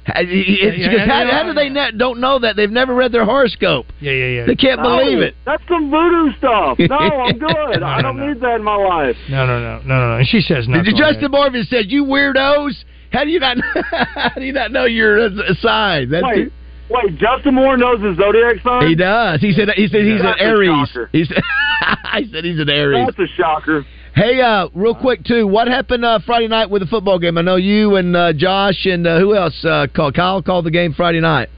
S4: How,
S5: yeah,
S4: how,
S5: yeah.
S4: how do they ne- don't know that they've never read their horoscope?
S5: Yeah, yeah, yeah. Oh.
S4: They can't
S7: No,
S4: believe it.
S7: That's some voodoo stuff. No, I'm good. I don't
S5: No, no, no.
S7: need that in my life.
S5: No, no, no, no, no. no. She says no.
S4: Did you- Justin Marvin said, "You weirdos, how do you not? how do you not know your uh, sign?" That's
S7: Wait, wait. Justin Moore knows his zodiac sign.
S4: He does. He said. He said he's an
S7: That's a
S4: Aries.
S7: shocker.
S4: He said. I said he's an Aries.
S7: That's a shocker.
S4: Hey, uh, real quick too, what happened uh, Friday night with the football game? I know you and uh, Josh and uh, who else uh, called? Kyle called the game Friday night.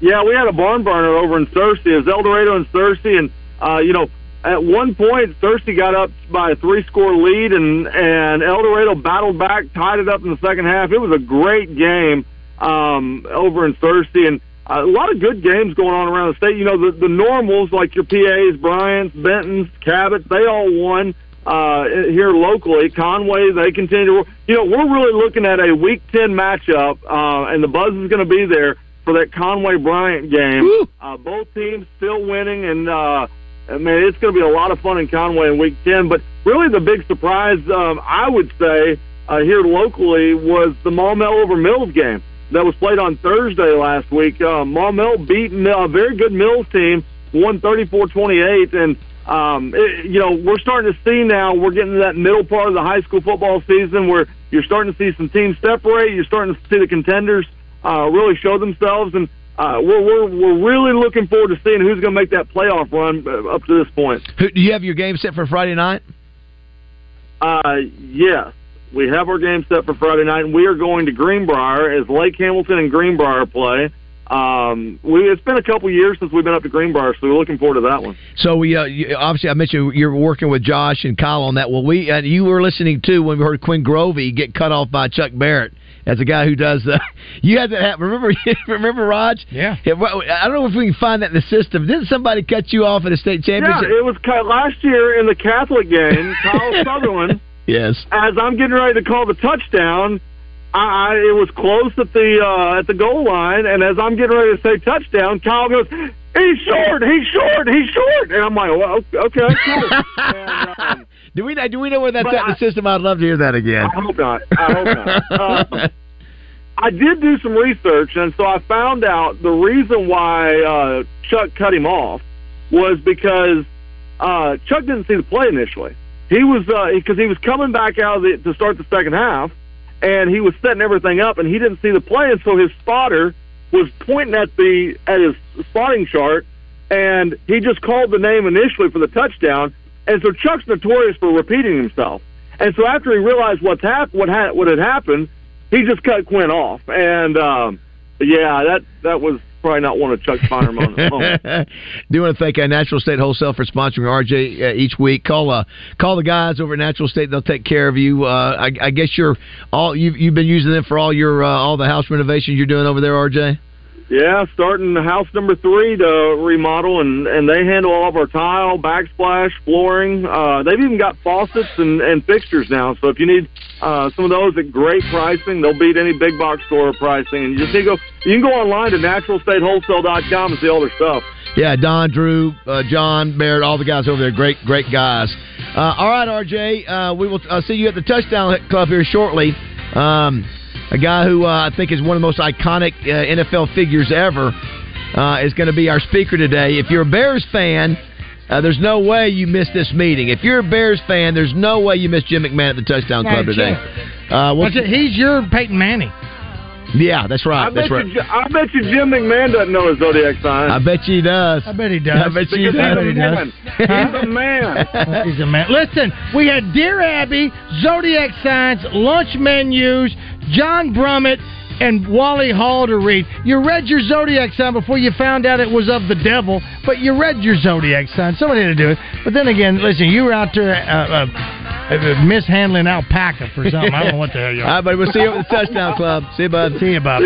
S7: Yeah, we had a barn burner over in Thursday. It was El Dorado and Thursday, and uh, you know, at one point Thursday got up by a three-score lead, and and El Dorado battled back, tied it up in the second half. It was a great game um, over in Thursday, and uh, a lot of good games going on around the state. You know, the the normals like your PA's, Bryant's, Benton's, Cabot's, they all won. Uh, here locally, Conway, they continue to. You know, we're really looking at a Week Ten matchup, uh, and the buzz is going to be there for that Conway Bryant game.
S4: Woo!
S7: Uh, both teams still winning, and uh, I mean it's going to be a lot of fun in Conway in Week Ten. But really, the big surprise um, I would say uh, here locally was the Maumelle over Mills game that was played on Thursday last week. Uh, Maumelle beat Mill- a very good Mills team, won 34-28, and um, it, you know we're starting to see now we're getting to that middle part of the high school football season where you're starting to see some teams separate. You're starting to see the contenders uh, really show themselves, and uh, we're, we're we're really looking forward to seeing who's going to make that playoff run uh, up to this point.
S4: Who, do you have your game set for Friday night?
S7: Uh, yes, we have our game set for Friday night, and we are going to Greenbrier as Lake Hamilton and Greenbrier play. Um, we it's been a couple years since we've been up to Greenbrier, so we're looking forward to that one.
S4: So we uh, you, obviously I mentioned you're working with Josh and Kyle on that. Well, we uh, you were listening too when we heard Quinn Grovey get cut off by Chuck Barrett as a guy who does. Uh, you had that hat. Remember, remember Raj?
S5: Yeah.
S4: Yeah, well, I don't know if we can find that in the system. Didn't somebody cut you off at a state
S7: Yeah,
S4: championship?
S7: it was cut last year in the Catholic game. Kyle Sutherland,
S4: yes.
S7: as I'm getting ready to call the touchdown, I, I it was close at the uh, at the goal line, and as I'm getting ready to say touchdown, Kyle goes, "He's short, he's short, he's short," and I'm like, well, "Okay, cool." and, um,
S4: do we do we know where that's
S7: But
S4: at in
S7: I-
S4: the system? I'd love to hear that again.
S7: I hope not. I hope not. Uh, I did do some research, and so I found out the reason why uh, Chuck cut him off was because uh, Chuck didn't see the play initially. He was because he was coming back out of the, to start the second half, and he was setting everything up, and he didn't see the play, and so his spotter was pointing at the at his spotting chart, and he just called the name initially for the touchdown, and so Chuck's notorious for repeating himself, and so after he realized what's hap- what ha- what had happened, he just cut Quinn off, and um, yeah, that that was probably not one of Chuck's finer moments.
S4: Do want to thank uh, Natural State Wholesale for sponsoring RJ uh, each week. Call uh, call the guys over at Natural State; they'll take care of you. Uh, I, I guess you're all you've, you've been using them for all your uh, all the house renovations you're doing over there, RJ.
S7: Yeah, starting house number three to remodel, and and they handle all of our tile, backsplash, flooring. Uh, they've even got faucets and and fixtures now. So if you need uh, some of those at great pricing, they'll beat any big box store pricing. And you just need to go. You can go online to naturalstatewholesale.com and see all their stuff.
S4: Yeah, Don, Drew, uh, John, Barrett, all the guys over there, great great guys. Uh, all right, RJ, uh, we will uh, see you at the Touchdown Club here shortly. Um, a guy who uh, I think is one of the most iconic uh, NFL figures ever uh, is going to be our speaker today. If you're a Bears fan, uh, there's no way you missed this meeting. If you're a Bears fan, there's no way you missed Jim McMahon at the Touchdown
S5: Hey,
S4: Club today.
S5: Jim.
S4: Uh, we'll-
S5: What's it? He's your Peyton Manning.
S4: Yeah, that's right.
S7: I bet,
S4: that's right.
S7: you, I bet you Jim McMahon doesn't know his zodiac sign.
S4: I bet you he does. I
S5: bet he does.
S4: I bet
S7: Because
S4: you
S7: he's
S4: he
S7: a
S4: does.
S7: man. He's a man.
S5: He's a man. Listen, we had Dear Abby, Zodiac Signs, lunch menus, John Brummett, and Wally Hall to read. You read your zodiac sign before you found out it was of the devil, but you read your zodiac sign. Somebody had to do it. But then again, listen, you were out there uh, uh, uh, mishandling alpaca for something. I don't know what the hell you
S4: All right,
S5: are.
S4: buddy. We'll see you at the touchdown club. See you, bud.
S5: See you, Bob.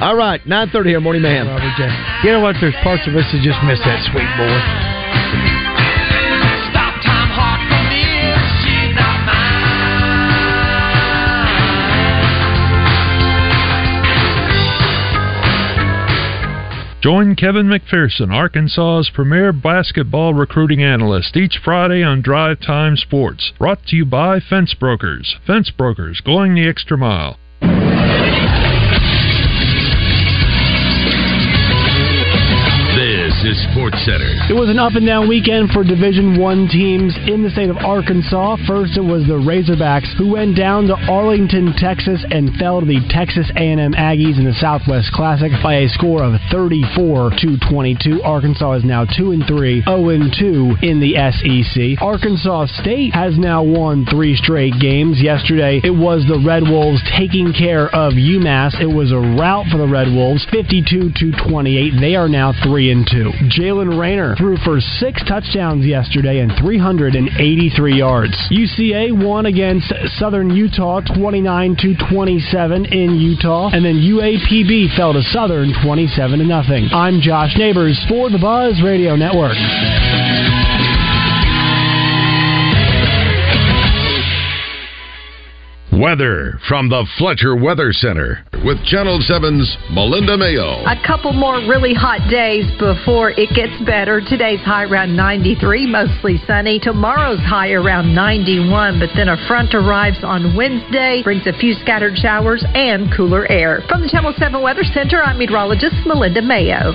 S4: All right, nine thirty here, morning man.
S5: Robert J. You know what? There's parts of us that just miss that sweet boy.
S8: Join Kevin McPherson, Arkansas's premier basketball recruiting analyst, each Friday on Drive Time Sports. Brought to you by Fence Brokers. Fence Brokers, going the extra mile.
S9: This is Sports Center.
S6: It was an up and down weekend for Division One teams in the state of Arkansas. First, it was the Razorbacks who went down to Arlington, Texas, and fell to the Texas A&M Aggies in the Southwest Classic by a score of 34 to 22. Arkansas is now two and three, 0 and two in the SEC. Arkansas State has now won three straight games. Yesterday, it was the Red Wolves taking care of UMass. It was a rout for the Red Wolves, 52 to 28. They are now three and two. Jalen Rayner threw for six touchdowns yesterday and 383 yards. UCA won against Southern Utah, 29 to 27 in Utah, and then UAPB fell to Southern 27 to nothing. I'm Josh Neighbors for the Buzz Radio Network.
S1: Weather from the Fletcher Weather Center with Channel 7's Melinda Mayo.
S10: A couple more really hot days before it gets better. Today's high around 93, mostly sunny. Tomorrow's high around 91, but then a front arrives on Wednesday, brings a few scattered showers and cooler air. From the Channel 7 Weather Center, I'm meteorologist Melinda Mayo.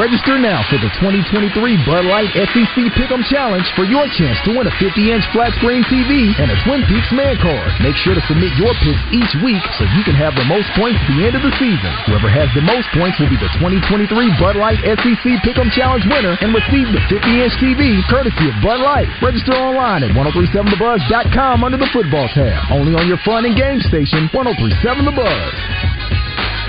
S11: Register now for the 2023 Bud Light SEC Pick'em Challenge for your chance to win a 50-inch flat screen TV and a Twin Peaks man card. Make sure to submit your picks each week so you can have the most points at the end of the season. Whoever has the most points will be the 2023 Bud Light SEC Pick'em Challenge winner and receive the 50-inch TV courtesy of Bud Light. Register online at 1037thebuzz.com under the football tab. Only on your fun and game station, 1037 The Buzz.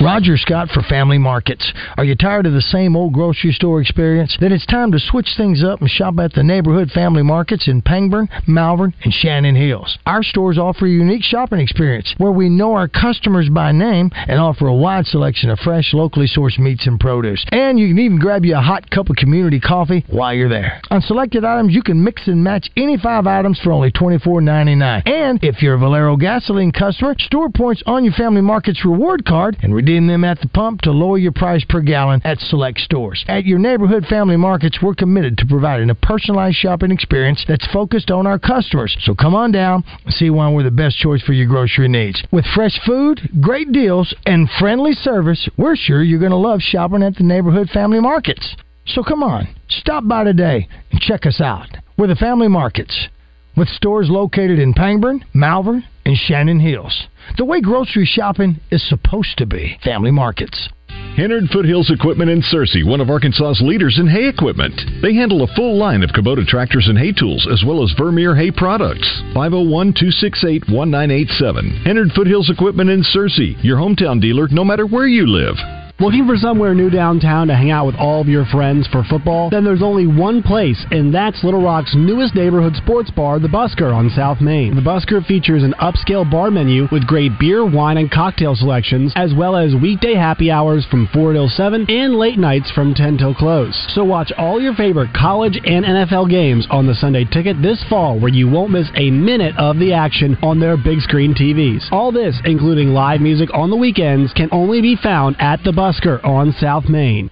S5: Roger Scott for Family Markets. Are you tired of the same old grocery store experience? Then it's time to switch things up and shop at the neighborhood family markets in Pangburn, Malvern, and Shannon Hills. Our stores offer a unique shopping experience where we know our customers by name and offer a wide selection of fresh, locally sourced meats and produce. And you can even grab you a hot cup of community coffee while you're there. On selected items, you can mix and match any five items for only $24.99. And if you're a Valero gasoline customer, store points on your Family Markets reward card and redeem them at the pump to lower your price per gallon at select stores. At your neighborhood Family Markets, we're committed to providing a personalized shopping experience that's focused on our customers. So come on down and see why we're the best choice for your grocery needs. With fresh food, great deals, and friendly service, we're sure you're going to love shopping at the neighborhood Family Markets. So come on, stop by today and check us out. We're the Family Markets with stores located in Pangburn, Malvern, and Shannon Hills. The way grocery shopping is supposed to be. Family Markets.
S12: Hennard Foothills Equipment in Searcy, one of Arkansas's leaders in hay equipment. They handle a full line of Kubota tractors and hay tools, as well as Vermeer hay products. 501 268 1987. Hennard Foothills Equipment in Searcy, your hometown dealer, no matter where you live.
S6: Looking for somewhere new downtown to hang out with all of your friends for football? Then there's only one place, and that's Little Rock's newest neighborhood sports bar, The Busker on South Main. The Busker features an upscale bar menu with great beer, wine, and cocktail selections, as well as weekday happy hours from 4 till 7 and late nights from 10 till close. So watch all your favorite college and NFL games on the Sunday ticket this fall, where you won't miss a minute of the action on their big screen TVs. All this, including live music on the weekends, can only be found at The Busker on South Main.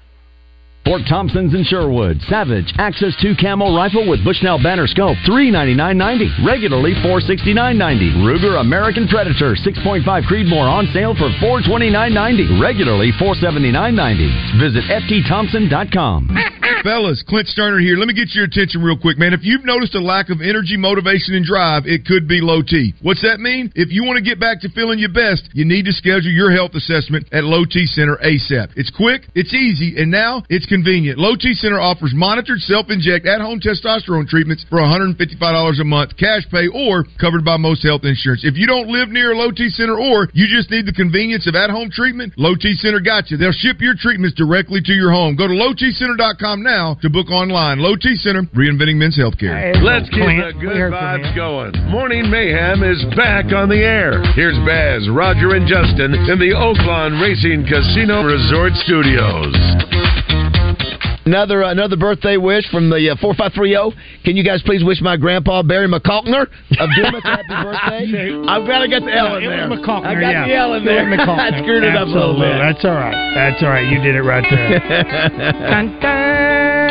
S13: Fort Thompson's in Sherwood. Savage Access 2 Camel Rifle with Bushnell Banner Scope, $399.90. Regularly $469.90. Ruger American Predator 6.5 Creedmoor on sale for $429.90. Regularly $479.90. Visit ftthompson.com.
S14: Fellas, Clint Sterner here. Let me get your attention real quick, man. If you've noticed a lack of energy, motivation, and drive, it could be low T. What's that mean? If you want to get back to feeling your best, you need to schedule your health assessment at Low T Center ASAP. It's quick, it's easy, and now it's convenient. Low T Center offers monitored self-inject at-home testosterone treatments for $155 a month, cash pay, or covered by most health insurance. If you don't live near a Low T Center or you just need the convenience of at-home treatment, Low T Center got you. They'll ship your treatments directly to your home. Go to lowtcenter.com now to book online. Low T Center, reinventing men's healthcare.
S1: Let's get the good vibes going. Morning Mayhem is back on the air. Here's Baz, Roger, and Justin in the Oakland Racing Casino Resort Studios.
S4: Another uh, another birthday wish from the uh, four five three zero. Can you guys please wish my grandpa Barry McCalkner of Dumas a happy birthday? I'm glad I got the L in there. I got the L in there. I screwed it up a little bit.
S5: That's all right. That's all right. You did it right there. Dun,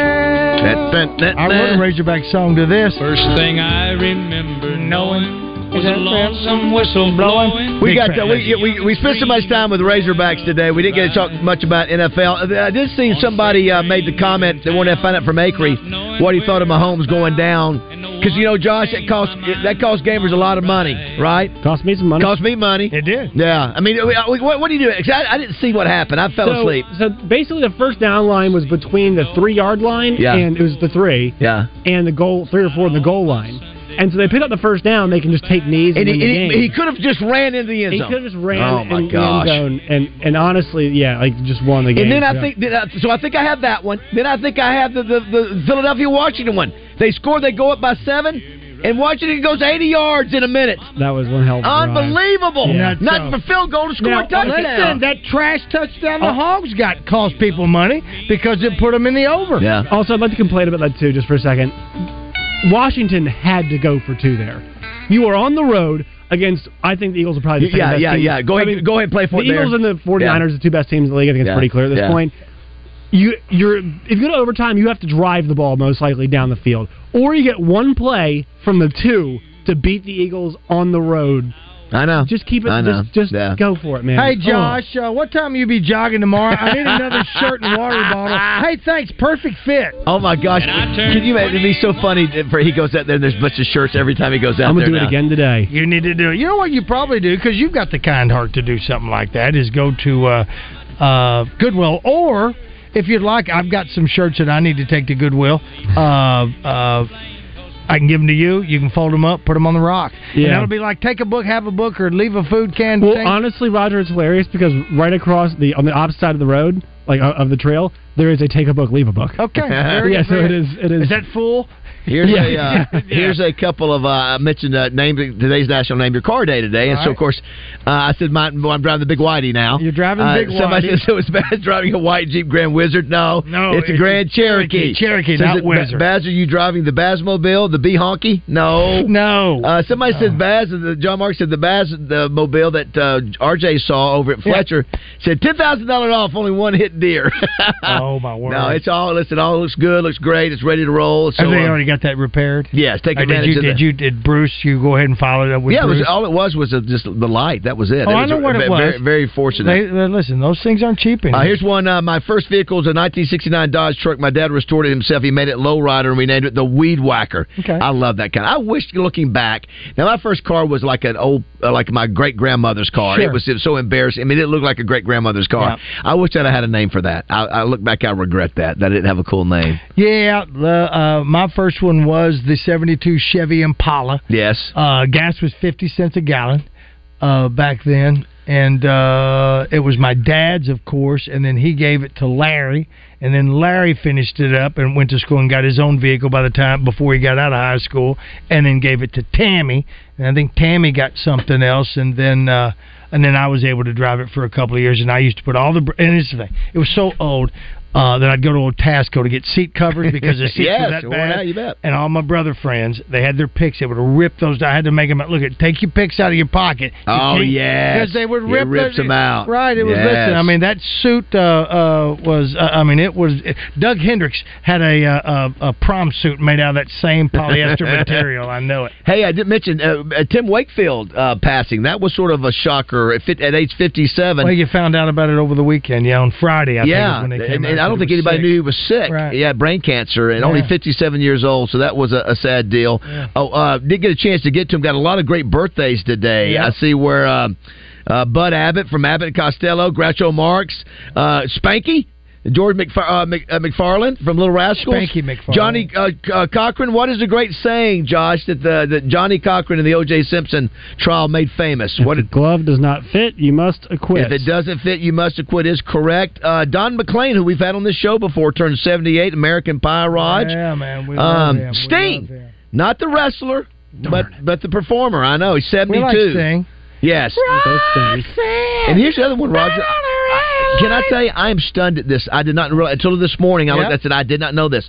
S5: I wrote a Razorback song to this.
S15: First thing I remember knowing was a lonesome whistle blowing.
S4: We got uh, we, we we spent so much time with Razorbacks today. We didn't get to talk much about NFL. Uh, I did see somebody uh, made the comment they wanted to find out from Acree what he thought of Mahomes going down. Because you know, Josh, that cost that cost gamers a lot of money, right?
S6: Cost me some money.
S4: Cost me money.
S5: It did.
S4: Yeah. I mean, uh, what, what do you do? 'Cause I, I didn't see what happened. I fell
S6: so,
S4: asleep.
S6: So basically, the first down line was between the three yard line
S4: Yeah.
S6: and it was the three.
S4: Yeah.
S6: And the goal, three or four in the goal line. And so they pick up the first down. They can just take knees.
S4: And
S6: And, win
S4: he,
S6: the
S4: and
S6: game.
S4: he, he could have just ran into the end
S6: He
S4: zone.
S6: could have just ran
S4: Oh my
S6: in
S4: gosh.
S6: the end zone and, and honestly, yeah, like just won the game.
S4: And then I
S6: Yeah.
S4: think, then I- so I think I have that one. Then I think I have the, the, the Philadelphia Washington one. They score, they go up by seven, and Washington goes 80 yards in a minute.
S6: that was one hell of a drive.
S4: Unbelievable!
S6: Yeah.
S4: Not for field goal to score
S5: Now,
S4: a touchdown. Oh.
S5: listen, that trash touchdown the Hogs got cost people money because it put them in the over.
S4: Yeah.
S6: Also, I'd like to complain about that too, just for a second. Washington had to go for two there. You are on the road against. I think the Eagles are probably the second
S4: Yeah,
S6: best
S4: yeah,
S6: team.
S4: yeah. Go ahead-
S6: I mean,
S4: go ahead and play for it
S6: the Eagles
S4: there.
S6: and the 49ers,
S4: Yeah.
S6: the two best teams in the league. I think it's
S4: Yeah,
S6: pretty clear at this
S4: yeah.
S6: point. You, you're if you go to overtime, you have to drive the ball most likely down the field, or you get one play from the two to beat the Eagles on the road.
S4: I know.
S6: Just keep it.
S4: I know.
S6: Just, just
S4: Yeah.
S6: go for it, man. Oh.
S5: Hey Josh, uh, what time you be jogging tomorrow? I need another shirt and water bottle. Hey, thanks, perfect fit.
S4: Oh my gosh! Can you imagine? It'd be so funny if he goes out there and there's a bunch of shirts every time he goes out
S5: I'm
S4: there.
S5: gonna do it
S4: now.
S5: again
S6: today.
S5: You need to do it. You know what you probably do because you've got the kind heart to do something like that. Is go to uh, uh, Goodwill or if you'd like, I've got some shirts that I need to take to Goodwill. Uh, uh, I can give them to you. You can fold them up, put them on the rock. And
S6: Yeah.
S5: that'll be like take a book, have a book, or leave a food can.
S6: Well,
S5: thing.
S6: honestly, Roger, it's hilarious because right across the on the opposite side of the road, like uh, of the trail, there is a take a book, leave a book.
S5: Okay. there
S6: yeah,
S5: you
S6: so
S5: go.
S6: it is. It is.
S5: Is that full?
S4: Here's
S6: Yeah.
S4: a uh,
S6: Yeah.
S4: here's a couple of uh, I mentioned uh, name today's National Name Your Car Day today, and so of
S5: Right.
S4: course uh, I said my, well, I'm driving the Big Whitey now. You're
S5: driving the Big
S4: Uh, Somebody
S5: Whitey.
S4: said so it's bad driving a white Jeep Grand Wizard. No,
S5: No,
S4: it's a
S5: it's
S4: Grand
S5: a Cherokee,
S4: Cherokee.
S5: Cherokee,
S4: Says
S5: not
S4: that, Ba-
S5: Wizard.
S4: Baz, are you driving the Bazmobile, the B honky? No,
S5: no.
S4: Uh, somebody said Baz. The, John Mark said the Baz the mobile that uh, RJ saw over at Fletcher said ten thousand dollars off, only one hit deer.
S5: oh my word!
S4: No, it's all listen. All looks good, looks great. It's ready to roll. So,
S5: Have they
S4: um,
S5: already got that repaired?
S4: Yes, take
S5: Or did
S4: advantage
S5: you,
S4: of
S5: did
S4: that.
S5: you did Bruce? You go ahead and follow it up with
S4: yeah, it was,
S5: Bruce?
S4: all it was was uh, just the light. That was it.
S5: Oh,
S4: it
S5: I
S4: was
S5: know what it
S4: ve-
S5: was.
S4: Very, very
S5: They,
S4: fortunate.
S5: they- listen, those things aren't cheap
S4: Uh,
S5: anymore.
S4: here's one. Uh, my first vehicle was a 1969 Dodge truck. My dad restored it himself. He made it lowrider and renamed it the Weed Whacker.
S5: Okay.
S4: I love that kind. I wish, looking back, now my first car was like an old, uh, like my great grandmother's car.
S5: Sure.
S4: It, was, it was so embarrassing. I mean, it looked like a great grandmother's car. I wish that I had a name for that. I, I look back, I regret that. That I didn't have a cool name.
S5: yeah, the, uh, my first one was the 72 Chevy Impala.
S4: Yes.
S5: Uh, gas was 50 cents a gallon uh, back then. And uh, it was my dad's, of course. And then he gave it to Larry. And then Larry finished it up and went to school and got his own vehicle by the time before he got out of high school. And then gave it to Tammy. And I think Tammy got something else. And then. Uh, and then I was able to drive it for a couple of years, and I used to put all the br- and it's the thing. It was so old. Uh, then I'd go to old Tasco to get seat covers because the seats
S4: Yes,
S5: were that
S4: they're worn
S5: bad.
S4: out, you bet.
S5: And all my brother friends, they had their picks. They would rip those. I had to make them look at take your picks out of your pocket. You
S4: Oh
S5: can't-
S4: yeah,
S5: 'cause they would
S4: It
S5: rip
S4: rips
S5: those-
S4: them out.
S5: Right. It was
S4: Yes.
S5: listen. I mean that suit uh, uh, was. Uh, I mean it was. Doug Hendricks had a, uh, a a prom suit made out of that same polyester material. I know it.
S4: Hey, I did mention uh, uh, Tim Wakefield uh, passing. That was sort of a shocker at, fit, at age fifty-seven.
S5: Well, you found out about it over the weekend. Yeah, on Friday. I
S4: yeah,
S5: think is when they
S4: and,
S5: came
S4: and
S5: out,
S4: I don't
S5: that
S4: think
S5: he was
S4: anybody
S5: sick.
S4: knew he was sick. He had brain cancer and only
S5: Yeah.
S4: 57 years old, so that was a, a sad deal. Oh, uh, did get a chance to get to him. Got a lot of great birthdays today. I see where uh, uh, Bud Abbott from Abbott and Costello, Groucho Marx, uh, Spanky. George McFar- uh, Mc- uh, McFarland from Little Rascals.
S5: Spanky McFarlane.
S4: Johnny uh, C- uh, Cochran. What is the great saying, Josh, that the that Johnny Cochran and the O.J. Simpson trial made famous? What
S6: The glove does not fit. You must acquit.
S4: if it doesn't fit, you must acquit is correct. Uh, Don McLean, who we've had on this show before, turned 78, American Pie Raj.
S5: Yeah, man. We love
S4: um,
S5: him.
S4: Sting, not the wrestler, but but the performer. I know. He's 72.
S5: We like Sting.
S4: Yes. And here's the other one, Roger. Can I tell you, I am stunned at this. I did not realize until this morning. I looked
S5: Yeah.
S4: at it. I did not know this.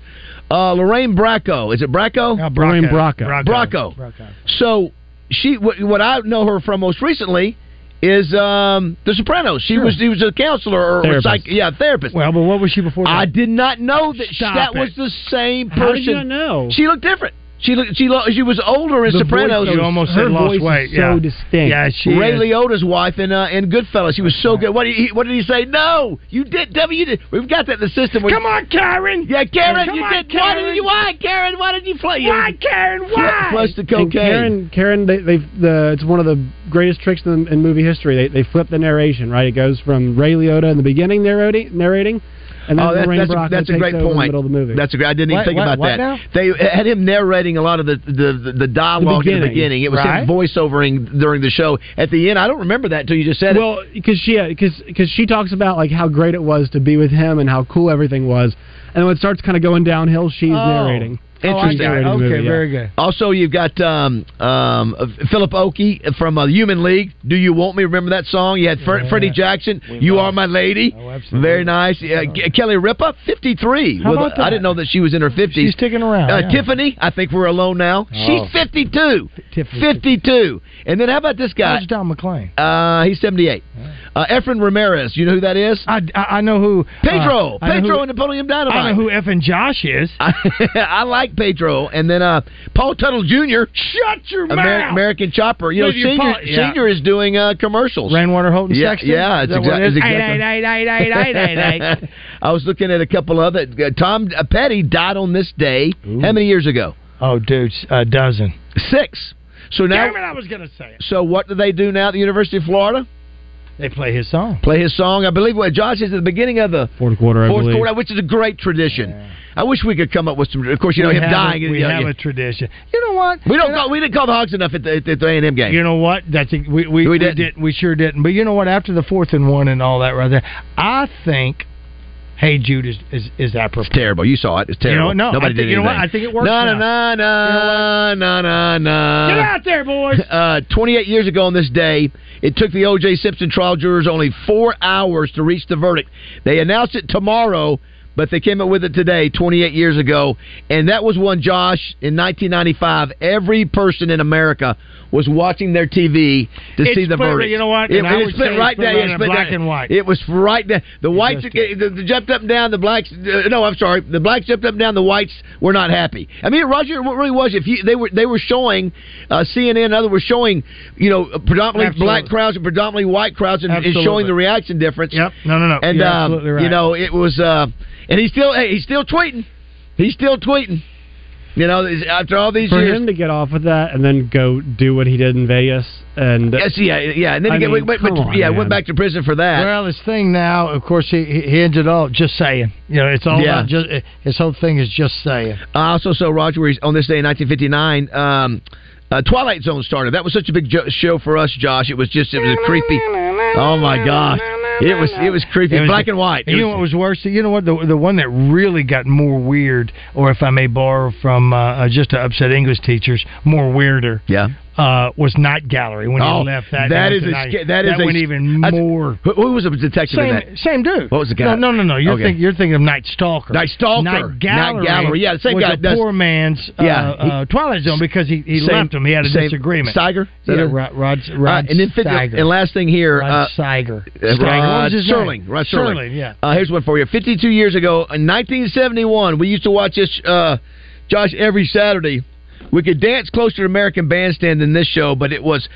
S4: Uh, Lorraine Bracco. Is it Bracco?
S5: Uh,
S6: Lorraine Bracco. Bracco.
S4: Bracco. So she, what, what I know her from most recently is um, The Sopranos. She was she was a counselor or, or
S5: Therapist.
S4: psych, yeah therapist.
S5: Well, but what was she before?
S4: I did not know that
S5: Stop it.
S4: that was the same person.
S5: How did you not know?
S4: She looked different. She looked, she lo- she was older in
S5: The
S4: Sopranos.
S5: voice- you almost said Her lost voice is weight, so yeah. distinct. Yeah, she
S4: Ray
S5: is.
S4: Liotta's wife in uh, in Goodfellas. She was so good. What did he, what did he say? No, you did. W, you did. We've got that in the system. Come
S5: on, Karen.
S4: Yeah, Karen,
S5: Come
S4: you
S5: on,
S4: did. Why did
S5: Karen.
S4: you? Why, Karen? Why did you play?
S5: Why, Karen? Why?
S4: Plus the
S6: And
S4: cocaine.
S6: Karen, Karen, they, they've the it's one of the greatest tricks in, in movie history. They they flip the narration, right? It goes from Ray Liotta in the beginning narrating, narrating, and then
S4: oh, that-
S6: Lorraine
S4: that's, a,
S6: Bracco
S4: that's a
S6: takes
S4: great
S6: over in the
S4: point.
S6: middle of the movie.
S4: That's a great. I didn't even
S6: What-
S4: think
S6: what-
S4: about
S6: what
S4: that.
S6: now?
S4: They uh, had him narrating a lot of the the, the, the dialogue in
S6: beginning,
S4: the beginning. It was
S6: right.
S4: him voiceovering during the show. At the end, I don't remember that until you just said
S6: well,
S4: it.
S6: because she because she talks about like how great it was to be with him and how cool everything was, and when it starts kind of going downhill, she's narrating.
S4: Interesting.
S6: She's narrating the movie, yeah.
S4: Also, you've got um, um, uh, Philip Oakey from uh, Human League. Do you want me? Remember that song? You had Fre-
S5: Yeah.
S4: Freddie Jackson. you are my lady. Oh, absolutely. Very nice. Uh, Ke- Kelly Ripa, fifty-three.
S5: How
S4: Well,
S5: about
S4: I
S5: that?
S4: didn't know that she was in her fifties.
S5: She's sticking around.
S4: Uh,
S5: yeah.
S4: Tiffany, I think we're alone now.
S5: Oh.
S4: She's 52.
S5: Tiffany.
S4: 52. And then how about this guy?
S5: How's Don McLean?
S4: Uh, he's 78. Uh, Efren Ramirez, you know who that is?
S5: I, I, know
S4: uh,
S5: who.
S4: Pedro.
S5: Uh, I know
S4: Pedro
S5: who-
S4: and Napoleon Dynamite.
S5: I know who effing Josh is.
S4: I like Pedro. And then uh, Paul Tuttle Jr.
S5: Shut your
S4: Ameri-
S5: mouth.
S4: American Chopper. You know,
S5: With your
S4: Senior,
S5: pa- yeah.
S4: Senior is doing uh, commercials.
S5: Rainwater Holton
S4: yeah,
S5: Sexton?
S4: Yeah, it's
S5: Is that what
S4: exactly.
S5: it is?
S4: I was looking at a couple of it. Uh, Tom uh, Petty died on this day. How many years ago?
S5: Oh, dude, a dozen.
S4: Six. So now,
S5: Damn it, I was going to say it.
S4: so what do they do now at the University of Florida?
S5: They play his song.
S4: Play his song. I believe what Josh is at the beginning of the
S6: fourth quarter.
S4: fourth quarter, which is a great tradition. I wish we could come up with some. Of course, you know
S5: We
S4: him
S5: have
S4: dying.
S5: A, we
S4: you know,
S5: have
S4: you-
S5: a tradition. You know what?
S4: we don't
S5: You know-
S4: call, we didn't call the Hogs enough at the, at the A&M game.
S5: You know what? That's a, we we, we
S4: didn't.
S5: didn't. we sure didn't. But you know what? After the fourth and one and all that, right there, I think. Hey Jude is is, is apropos. It's
S4: terrible. You saw it. It's
S5: You
S4: terrible.
S5: know, no,
S4: Nobody
S5: I think,
S4: did
S5: You know what? I
S4: anything.
S5: think it works.
S4: No,
S5: now.
S4: no, no, no, no, no, no.
S5: Get out there, boys.
S4: Uh, 28 years ago on this day, it took the O.J. Simpson trial jurors only four hours to reach the verdict. They announced it tomorrow, but they came up with it today, 28 years ago. And that was one, Josh, in 1995, every person in America was watching their TV to
S5: It's
S4: see the
S5: split,
S4: verdict.
S5: you know what?
S4: It,
S5: And I
S4: it
S5: would
S4: split
S5: say
S4: right
S5: split
S4: down.
S5: right
S4: it
S5: in
S4: split
S5: black
S4: down.
S5: and white.
S4: It was right down. The whites
S5: just
S4: the, the jumped up and down. The blacks, uh, no, I'm sorry, the blacks jumped up and down. The whites were not happy. I mean, Roger, what really was? If you they were they were showing uh, CNN and others were showing you know predominantly
S5: Absolutely.
S4: black crowds and predominantly white crowds and, and showing
S5: Absolutely.
S4: the reaction difference. Yep.
S5: No, no, no.
S4: And
S5: You're
S4: um,
S5: absolutely right.
S4: you know it was, uh, and he's still hey, he's still tweeting. He's still tweeting. You know, after all these
S6: for
S4: years,
S6: him to get off with that and then go do what he did in Vegas and
S4: Yes, yeah, yeah, and then
S6: I
S4: he get,
S6: mean,
S4: went,
S6: come
S4: went,
S6: on,
S4: yeah,
S6: man.
S4: went back to prison for that.
S5: Well, his thing now, of course, he he he ends it all just saying. You know, it's all
S4: Yeah.
S5: about just his whole thing is just saying.
S4: I also saw Roger Rees on this day in 1959. Um, uh, Twilight Zone started. That was such a big jo- show for us, Josh. It was just it was a creepy. Oh my gosh, it was it was creepy,
S5: It was-
S4: black and white. It
S5: you know
S4: was-
S5: what was worse? You know what? The, the one that really got more weird, or if I may borrow from uh, uh, just to upset English teachers, more weirder.
S4: Yeah.
S5: uh, was not gallery when
S4: Oh,
S5: he left. That
S4: that
S5: night
S4: is a
S5: tonight.
S4: sca- that is a-
S5: went even
S4: I-
S5: more.
S4: Who, who was a detective
S5: Same,
S4: in that?
S5: same dude.
S4: What was the guy?
S5: No, no, no, no. You're,
S4: Okay.
S5: think, you're thinking of Night Stalker.
S4: Night Stalker.
S5: Night
S4: Night
S5: Gallery.
S4: Gallery. Yeah, the same
S5: was
S4: guy
S5: A
S4: does-
S5: poor man's uh,
S4: Yeah, he-
S5: uh, Twilight Zone because he, he
S4: Same-
S5: left him. He had a
S4: same-
S5: disagreement.
S4: Steiger? Is that
S5: Yeah,
S4: it?
S5: Rod, Rod, Rod
S4: All right, and then fifth,
S5: Steiger.
S4: and last thing here,
S5: Rod
S4: uh,
S5: Steiger.
S4: uh,
S5: Steiger. What
S4: Rod
S5: was his
S4: Serling.
S5: name?
S4: Rod Serling.
S5: Serling, yeah.
S4: Uh, here's one for you. 52 years ago, in 1971, we used to watch this, uh, Josh, every Saturday. We could dance closer to American Bandstand than this show, but it was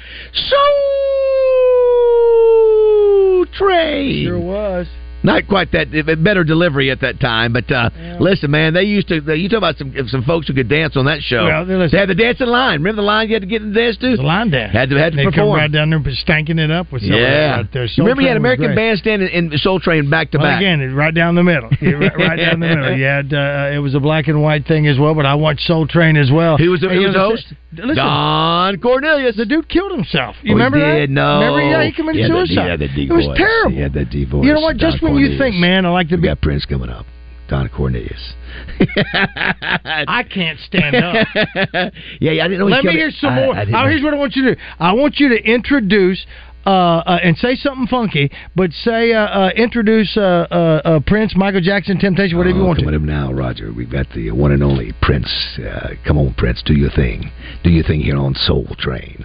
S4: so train. Sure
S5: was.
S4: Not quite that better delivery at that time, but uh, listen, man, they used to. They, you talk about some some folks who could dance on that show.
S5: Well, they-
S4: they had the dancing line. Remember the line you had to get in the dance to? The
S5: line dance.
S4: Had to had to
S5: they come
S4: perform.
S5: right down there stanking it up with somebody
S4: yeah.
S5: right there.
S4: You
S5: Soul
S4: remember you had
S5: Train was
S4: American
S5: great.
S4: Bandstand and, and Soul Train back to
S5: Well,
S4: back.
S5: Again, it- right down the middle. Yeah, right, right down the middle. You had uh, it was a black and white thing as well, but I watched Soul Train as well.
S4: He was the-
S5: And
S4: he
S5: you
S4: was
S5: know,
S4: the host?
S5: Listen,
S4: Don Cornelius.
S5: The dude killed himself. You
S4: Oh, he
S5: remember that?
S4: did? No.
S5: Remember? Yeah, he committed
S4: Yeah, that-
S5: suicide.
S4: yeah, that
S5: it was terrible.
S4: Yeah, that deep
S5: You know what? Just when you think, man, I like to be.
S4: got Prince coming up. Don Cornelius.
S5: I can't stand up.
S4: yeah, yeah, I didn't know. he
S5: Let me
S4: killed it.
S5: hear some
S4: I-
S5: more.
S4: I didn't
S5: oh,
S4: know.
S5: here's what I want you to do. I want you to introduce uh, uh, and say something funky, but say uh, uh, introduce uh, uh, uh, Prince, Michael Jackson, Temptation, whatever
S4: Oh,
S5: you want to.
S16: Coming up now, Roger. We've got the one and only Prince. Uh, come on, Prince, do your thing. Do your thing here on Soul Train.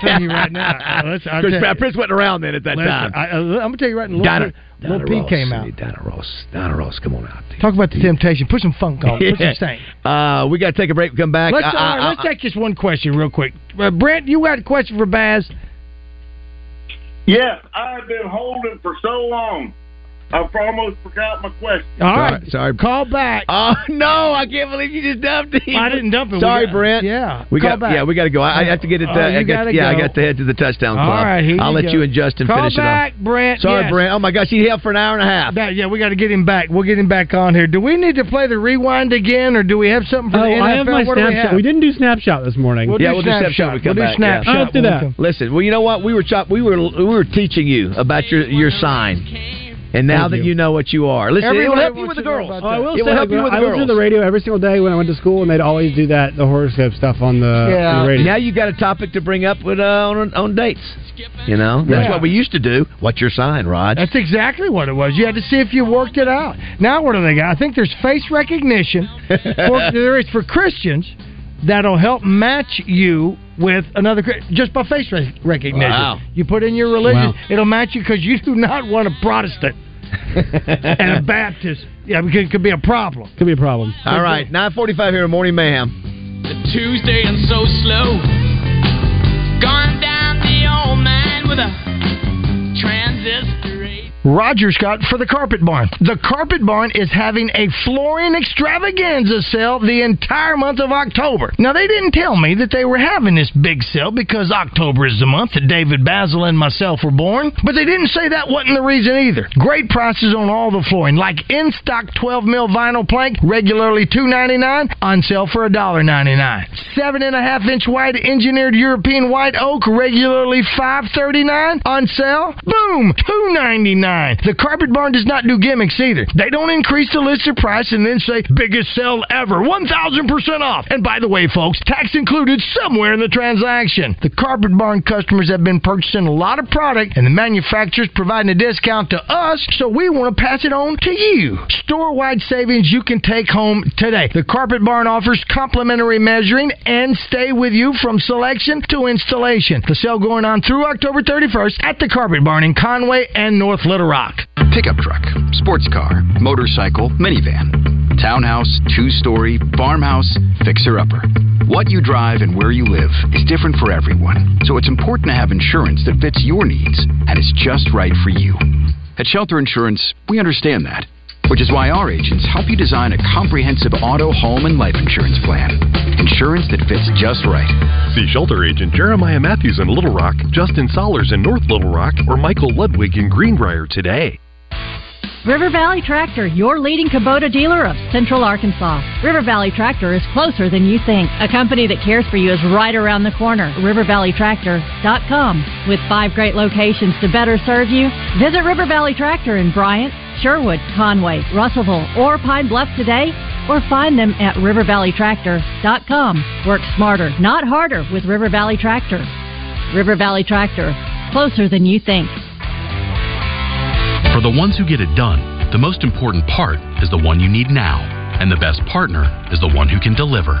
S5: Tell you right now. Uh, let's- I'll tell
S4: Chris
S5: you.
S4: Pratt- Prince wasn't around then at that
S5: Listen,
S4: time.
S5: I, am gonna tell you right now.
S4: Donna-
S5: Little, P- Lil P
S4: Donna Ross.
S5: came out.
S4: Donna Ross. Donna Ross, come on out.
S5: Talk about the temptation. Put some funk on. it. Put some stank.
S4: Uh, we got to take a break. Come back. Uh,
S5: Let's,
S4: I-
S5: all
S4: I-
S5: right, let's take just one question real quick. Uh, Brent, you had a question for Baz.
S17: Yes, I've been holding for so long. I've almost forgot my question.
S5: All right. Sorry. Call back.
S4: Oh, no. I can't believe you just dumped him.
S5: I didn't dump him.
S4: Sorry,
S5: We got-
S4: Brent.
S5: Yeah.
S4: We
S5: Call
S4: got
S5: back.
S4: yeah, we got to go. I, I have to get it.
S5: Oh,
S4: uh, I
S5: you
S4: got,
S5: gotta
S4: yeah,
S5: go.
S4: I got to head to the touchdown
S5: All
S4: club.
S5: right, here
S4: I'll
S5: you
S4: let
S5: go.
S4: you and Justin
S5: Call
S4: finish
S5: back,
S4: it up.
S5: Brent.
S4: Sorry,
S5: yes.
S4: Brent. Oh my gosh, he held for an hour and a half.
S5: That- yeah, we got to get him back. We'll get him back on here. Do we need to play the rewind again, or do we have something for
S6: Oh,
S5: the NFL?
S6: I have my
S5: what do we
S6: snapshot.
S5: have?
S6: We, didn't do snapshot this morning.
S5: We'll
S4: yeah,
S5: do
S4: we'll do snapshot.
S5: snapshot.
S4: when we come
S5: We'll do
S4: back.
S5: snapshot Let's
S4: Yeah.
S5: do when we that. come-
S4: Listen, well, you know what? We were chop- we were we were teaching you about your your sign, and now
S6: Thank
S4: that
S6: you.
S4: you know what you are, listen, it will
S6: Everybody
S4: help you
S6: wants
S4: with the
S6: to know
S4: girls.
S6: Oh, I will
S4: it
S6: say,
S4: will help you with the
S6: I listened to
S4: girls.
S6: the radio every single day when I went to school, and they'd always do that, the horoscope stuff on the, on the radio.
S4: Now you got a topic to bring up with uh, on on dates. You know, that's
S5: Yeah.
S4: what we used to do. What's your sign, Rod?
S5: That's exactly what it was. You had to see if you worked it out. Now what do they got? I think there's face recognition. for, there is for Christians that'll help match you with another Chri- just by face re- recognition.
S4: Wow.
S5: You put in your religion,
S4: Wow.
S5: it'll match you because you do not want a Protestant and a Baptist. Yeah, because it could be a problem.
S6: Could be a problem.
S4: All right, nine forty-five here in the morning, ma'am.
S18: Tuesday and so slow. Gone down the old man with a transistor.
S5: Roger Scott for the Carpet Barn. The Carpet Barn is having a flooring extravaganza sale the entire month of October. Now, they didn't tell me that they were having this big sale because October is the month that David Basil and myself were born, but they didn't say that wasn't the reason either. Great prices on all the flooring, like in stock 12 mil vinyl plank, regularly $2.99, on sale for $1.99. Seven and a half inch wide engineered European white oak, regularly $5.39, on sale, boom, $2.99. The Carpet Barn does not do gimmicks either. They don't increase the list of price and then say, biggest sale ever, 1,000% off. And by the way, folks, tax included somewhere in the transaction. The Carpet Barn customers have been purchasing a lot of product, and the manufacturer's providing a discount to us, so we want to pass it on to you. Store wide savings you can take home today. The Carpet Barn offers complimentary measuring and stay with you from selection to installation. The sale going on through October 31st at the Carpet Barn in Conway and North Little Rock.
S19: Pickup truck, sports car, motorcycle, minivan, townhouse, two story, farmhouse, fixer upper. What you drive and where you live is different for everyone, so it's important to have insurance that fits your needs and is just right for you. At Shelter Insurance, we understand that, which is why our agents help you design a comprehensive auto, home, and life insurance plan. Insurance that fits just right.
S20: See shelter agent Jeremiah Matthews in Little Rock, Justin Solers in North Little Rock, or Michael Ludwig in Greenbrier today.
S21: River Valley Tractor, your leading Kubota dealer of Central Arkansas. River Valley Tractor is closer than you think. A company that cares for you is right around the corner. RiverValleyTractor.com. With five great locations to better serve you, visit River Valley Tractor in Bryant, Sherwood, Conway, Russellville, or Pine Bluff today or find them at rivervalleytractor.com. Work smarter, not harder with River Valley Tractor. River Valley Tractor, closer than you think.
S2: For the ones who get it done, the most important part is the one you need now. And the best partner is the one who can deliver.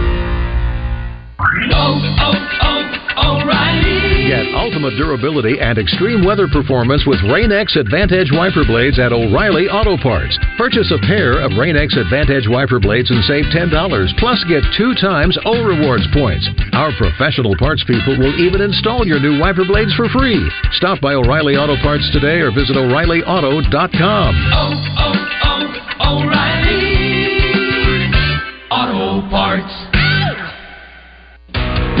S18: Oh, oh, oh, O'Reilly.
S3: Get ultimate durability and extreme weather performance with Rain-X Advantage wiper blades at O'Reilly Auto Parts. Purchase a pair of Rain-X Advantage wiper blades and save $10. Plus, get two times O Rewards points. Our professional parts people will even install your new wiper blades for free. Stop by O'Reilly Auto Parts today or visit O'ReillyAuto.com.
S18: Oh, oh, oh, O'Reilly. Auto Parts.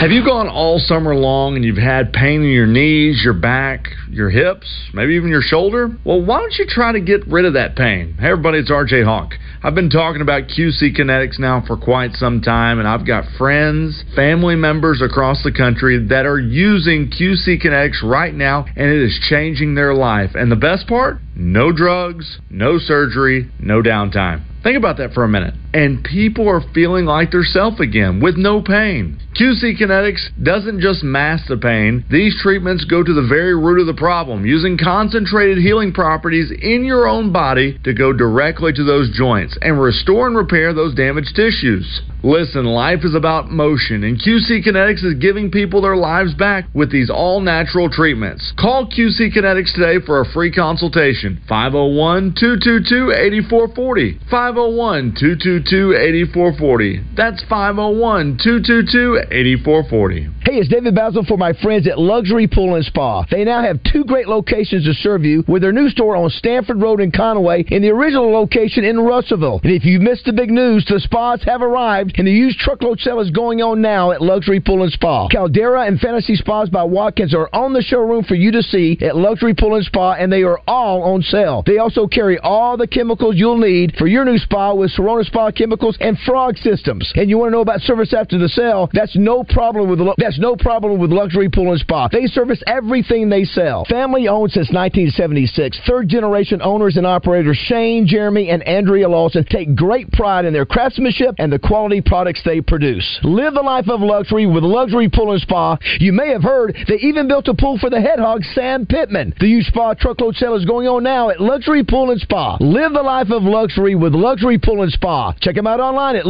S22: Have you gone all summer long and you've had pain in your knees, your back, your hips, maybe even your shoulder? Well, why don't you try to get rid of that pain? Hey, everybody, it's RJ Hawk. I've been talking about QC Kinetics now for quite some time, and I've got friends, family members across the country that are using QC Kinetics right now, and it is changing their life. And the best part? No drugs, no surgery, no downtime. Think about that for a minute. And people are feeling like their self again with no pain. QC Kinetics doesn't just mask the pain. These treatments go to the very root of the problem, using concentrated healing properties in your own body to go directly to those joints and restore and repair those damaged tissues. Listen, life is about motion, and QC Kinetics is giving people their lives back with these all natural treatments. Call QC Kinetics today for a free consultation. 501 222 8440. 501 222 8440. oh. That's 501 222 8440.
S4: Hey, it's David Basil for my friends at Luxury Pool and Spa. They now have two great locations to serve you with their new store on Stanford Road in Conway and the original location in Russellville. And if you missed the big news, the spas have arrived and the used truckload sale is going on now at Luxury Pool and Spa. Caldera and Fantasy Spas by Watkins are on the showroom for you to see at Luxury Pool and Spa and they are all on sale. They also carry all the chemicals you'll need for your new spa with Serona Spa chemicals and frog systems. And you want to know about service after the sale? That's no problem with lu- that's no problem with Luxury Pool and Spa. They service everything they sell. Family owned since 1976. Third generation owners and operators Shane, Jeremy, and Andrea Lawson take great pride in their craftsmanship and the quality products they produce. Live the life of luxury with Luxury Pool and Spa. You may have heard they even built a pool for the head hog Sam Pittman. The used spa truckload sale is going on now at Luxury Pool and Spa. Live the life of luxury with Luxury Pool and Spa. Check them out online at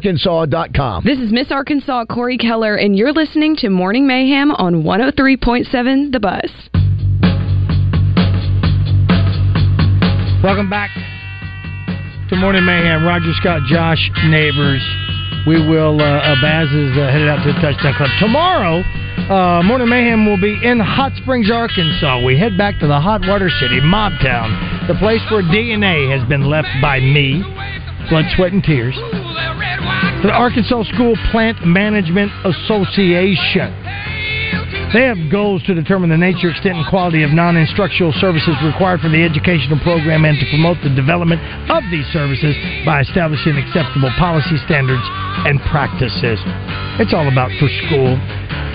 S4: luxurypoolarkansas.com.
S23: This is Miss Arkansas Corey Keller, and you're listening to Morning Mayhem on 103.7 The Bus.
S5: Welcome back to Morning Mayhem. Roger Scott, Josh Neighbors. We will, uh, uh, Baz is uh, headed out to the Touchdown Club. Tomorrow, uh, Morning Mayhem will be in Hot Springs, Arkansas. We head back to the hot water city, Mob Town, the place where DNA has been left by me, blood, sweat, and tears. The Arkansas School Plant Management Association. They have goals to determine the nature, extent, and quality of non instructional services required for the educational program and to promote the development of these services by establishing acceptable policy standards and practices. It's all about for school.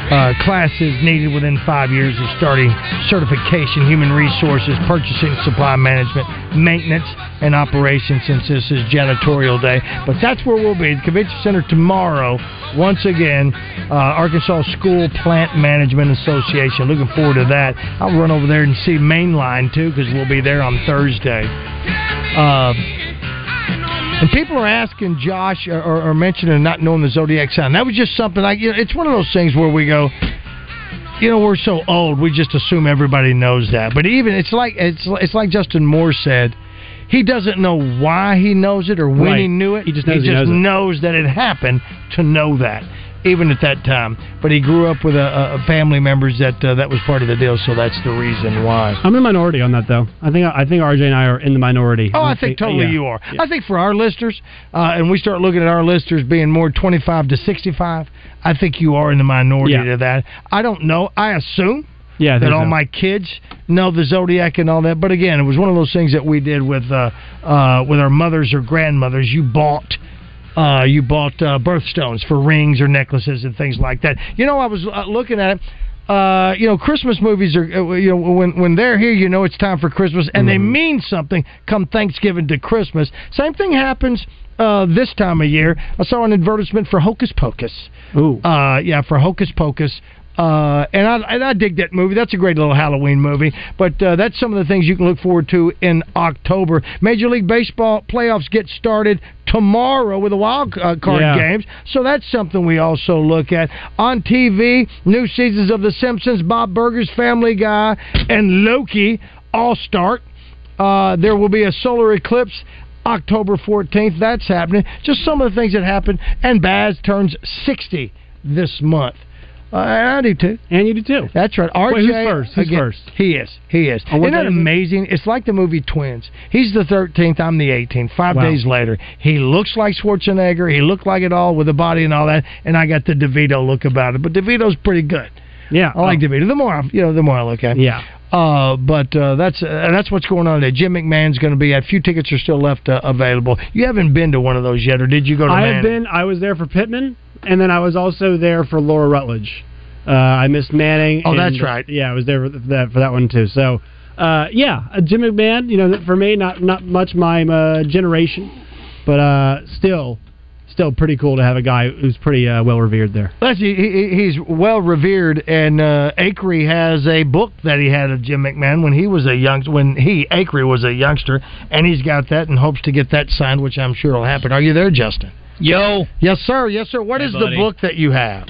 S5: Uh, classes needed within five years of starting certification, human resources, purchasing, supply management, maintenance, and operations since this is janitorial day. But that's where we'll be at the Convention Center tomorrow. Once again, uh, Arkansas School Plant Management Association. Looking forward to that. I'll run over there and see Mainline too because we'll be there on Thursday. Uh, and people are asking Josh or, or, or mentioning not knowing the zodiac sign. That was just something I. You know, it's one of those things where we go, you know we're so old we just assume everybody knows that but even it's like it's it's like justin moore said he doesn't know why he knows it or when he
S6: Right.
S5: knew it
S6: He just knows he
S5: just
S6: knows it.
S5: knows that it happened to know that even at that time but he grew up with a, a a family members that uh, that was part of the deal so that's the reason why
S6: I'm in the minority on that, though. I think I think RJ and I are in the minority.
S5: Oh, I think totally
S6: yeah.
S5: you are. I think for our listeners, uh, and we start looking at our listeners being more 25 to 65, I think you are in the minority
S6: Yeah.
S5: to that. I don't know. I assume
S6: Yeah, I
S5: that
S6: think
S5: all
S6: so.
S5: my kids know the zodiac and all that. But again, it was one of those things that we did with uh, uh, with our mothers or grandmothers. You bought. Uh, you bought uh, birthstones for rings or necklaces and things like that. You know, I was uh, looking at it. Uh, you know, Christmas movies are uh, you know when when they're here, you know it's time for Christmas,
S6: Mm-hmm.
S5: and they mean something. Come Thanksgiving to Christmas, same thing happens uh, this time of year. I saw an advertisement for Hocus Pocus.
S6: Ooh.
S5: Uh, yeah, for Hocus Pocus. Uh, and I and I dig that movie. That's a great little Halloween movie. But uh, that's some of the things you can look forward to in October. Major League Baseball playoffs get started tomorrow with the wild uh, card
S6: Yeah.
S5: games. So that's something we also look at on TV. New seasons of The Simpsons, Bob Burger's Family Guy, and Loki all start. Uh, there will be a solar eclipse October 14th. That's happening. Just some of the things that happen. And Baz turns 60 this month. Uh, and I do too.
S6: And you do too.
S5: That's right. RJ.
S6: Wait, who's first? Who's
S5: again,
S6: first?
S5: He is. He is.
S6: On what
S5: Isn't that
S6: day is it?
S5: amazing? It's like the movie Twins. He's the 13th. I'm the 18th. Five
S6: Wow.
S5: days later, he looks like Schwarzenegger. He looked like it all with the body and all that. And I got the DeVito look about it. But DeVito's pretty good.
S6: Yeah, Oh.
S5: I like DeVito. The more I, you know, the more I look at. him.
S6: Yeah.
S5: Uh, but uh, that's uh, that's what's going on today. Jim McMahon's going to be at. Few tickets are still left uh, available. You haven't been to one of those yet, or did you go to?
S6: I
S5: Manning?
S6: have been. I was there for Pittman, and then I was also there for Laura Rutledge. Uh, I missed Manning.
S5: Oh,
S6: and-
S5: that's right.
S6: Yeah, I was there for that for that one too. So, uh, yeah, uh, Jim McMahon. You know, for me, not not much my uh, generation, but uh, still, still pretty cool to have a guy who's pretty uh, well revered there.
S5: Plus, he, he, he's well revered, and uh, Acree has a book that he had of Jim McMahon when he was a young when he Acree was a youngster, and he's got that and hopes to get that signed, which I'm sure will happen. Are you there, Justin?
S18: Yo.
S5: Yes, sir. Yes, sir. What
S18: Hey,
S5: is
S18: buddy.
S5: the book that you have?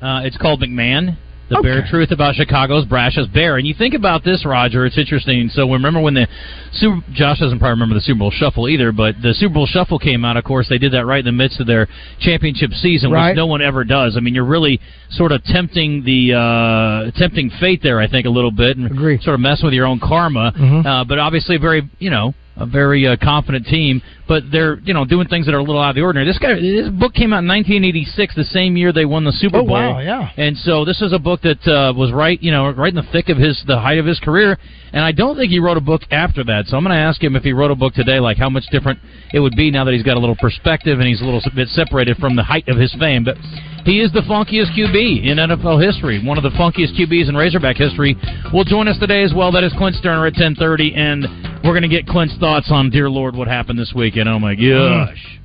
S18: Uh, it's called McMahon. The bare
S5: Okay.
S18: truth about Chicago's brashest bear, and you think about this, Roger. It's interesting. So remember when the Super, Josh doesn't probably remember the Super Bowl Shuffle either, but the Super Bowl Shuffle came out. Of course, they did that right in the midst of their championship season,
S5: Right.
S18: which no one ever does. I mean, you're really sort of tempting the uh, tempting fate there, I think, a little bit, and sort of messing with your own karma.
S5: Mhm.
S18: Uh, but obviously, very you know a very uh, confident team, but they're you know doing things that are a little out of the ordinary. This guy, this book came out in 1986, the same year they won the Super
S5: Oh,
S18: Bowl.
S5: wow, yeah.
S18: And so this is a book that uh, was right you know right in the thick of his the height of his career, and I don't think he wrote a book after that. So I'm going to ask him if he wrote a book today, like how much different it would be now that he's got a little perspective and he's a little bit separated from the height of his fame, but. He is the funkiest QB in NFL history, one of the funkiest QBs in Razorback history. Will join us today as well. That is Clint Sterner at 10:30, and we're going to get Clint's thoughts on, dear Lord, what happened this weekend. Oh my gosh,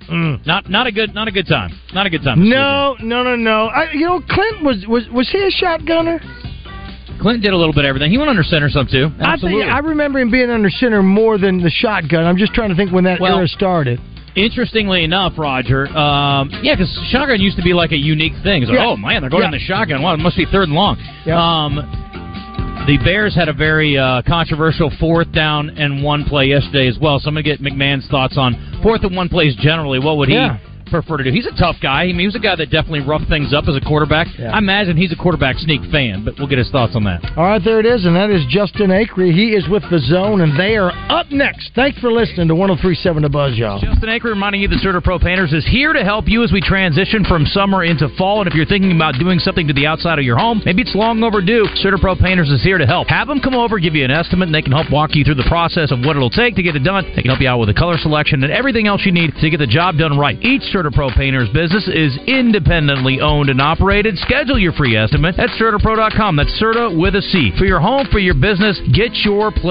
S18: not not a good not a good time, not a good time. this
S5: No, no, no, no. I, you know, Clint was was was he a shotgunner?
S18: weekend. Clint did a little bit of everything. He went under center some too. Absolutely.
S5: I think I remember him being under center more than the shotgun. I'm just trying to think when that
S18: Well-
S5: era started.
S18: Interestingly enough, Roger, um, yeah, because shotgun used to be like a unique thing. It's like, Yeah. Oh man, they're going Yeah. in the shotgun. Wow, it must be third and long. Um, the Bears had a very uh, controversial fourth down and one play yesterday as well. So I'm going to get McMahon's thoughts on fourth and one plays generally. What would he Yeah. prefer to do? He's a tough guy. I mean, he was a guy that definitely roughed things up as a quarterback. I imagine he's a quarterback sneak fan, but we'll get his thoughts on that.
S5: All right, there it is, and that is Justin Acree. He is with the zone, and they are up next. Thanks for listening to 1037 The Buzz, y'all.
S18: Justin Aker reminding you that Serta Pro Painters is here to help you as we transition from summer into fall. And if you're thinking about doing something to the outside of your home, maybe it's long overdue. Serta Pro Painters is here to help. Have them come over, give you an estimate, and they can help walk you through the process of what it'll take to get it done. They can help you out with the color selection and everything else you need to get the job done right. Each Serta Pro Painters business is independently owned and operated. Schedule your free estimate at CertaPro.com. That's Serta with a C. For your home, for your business, get your place.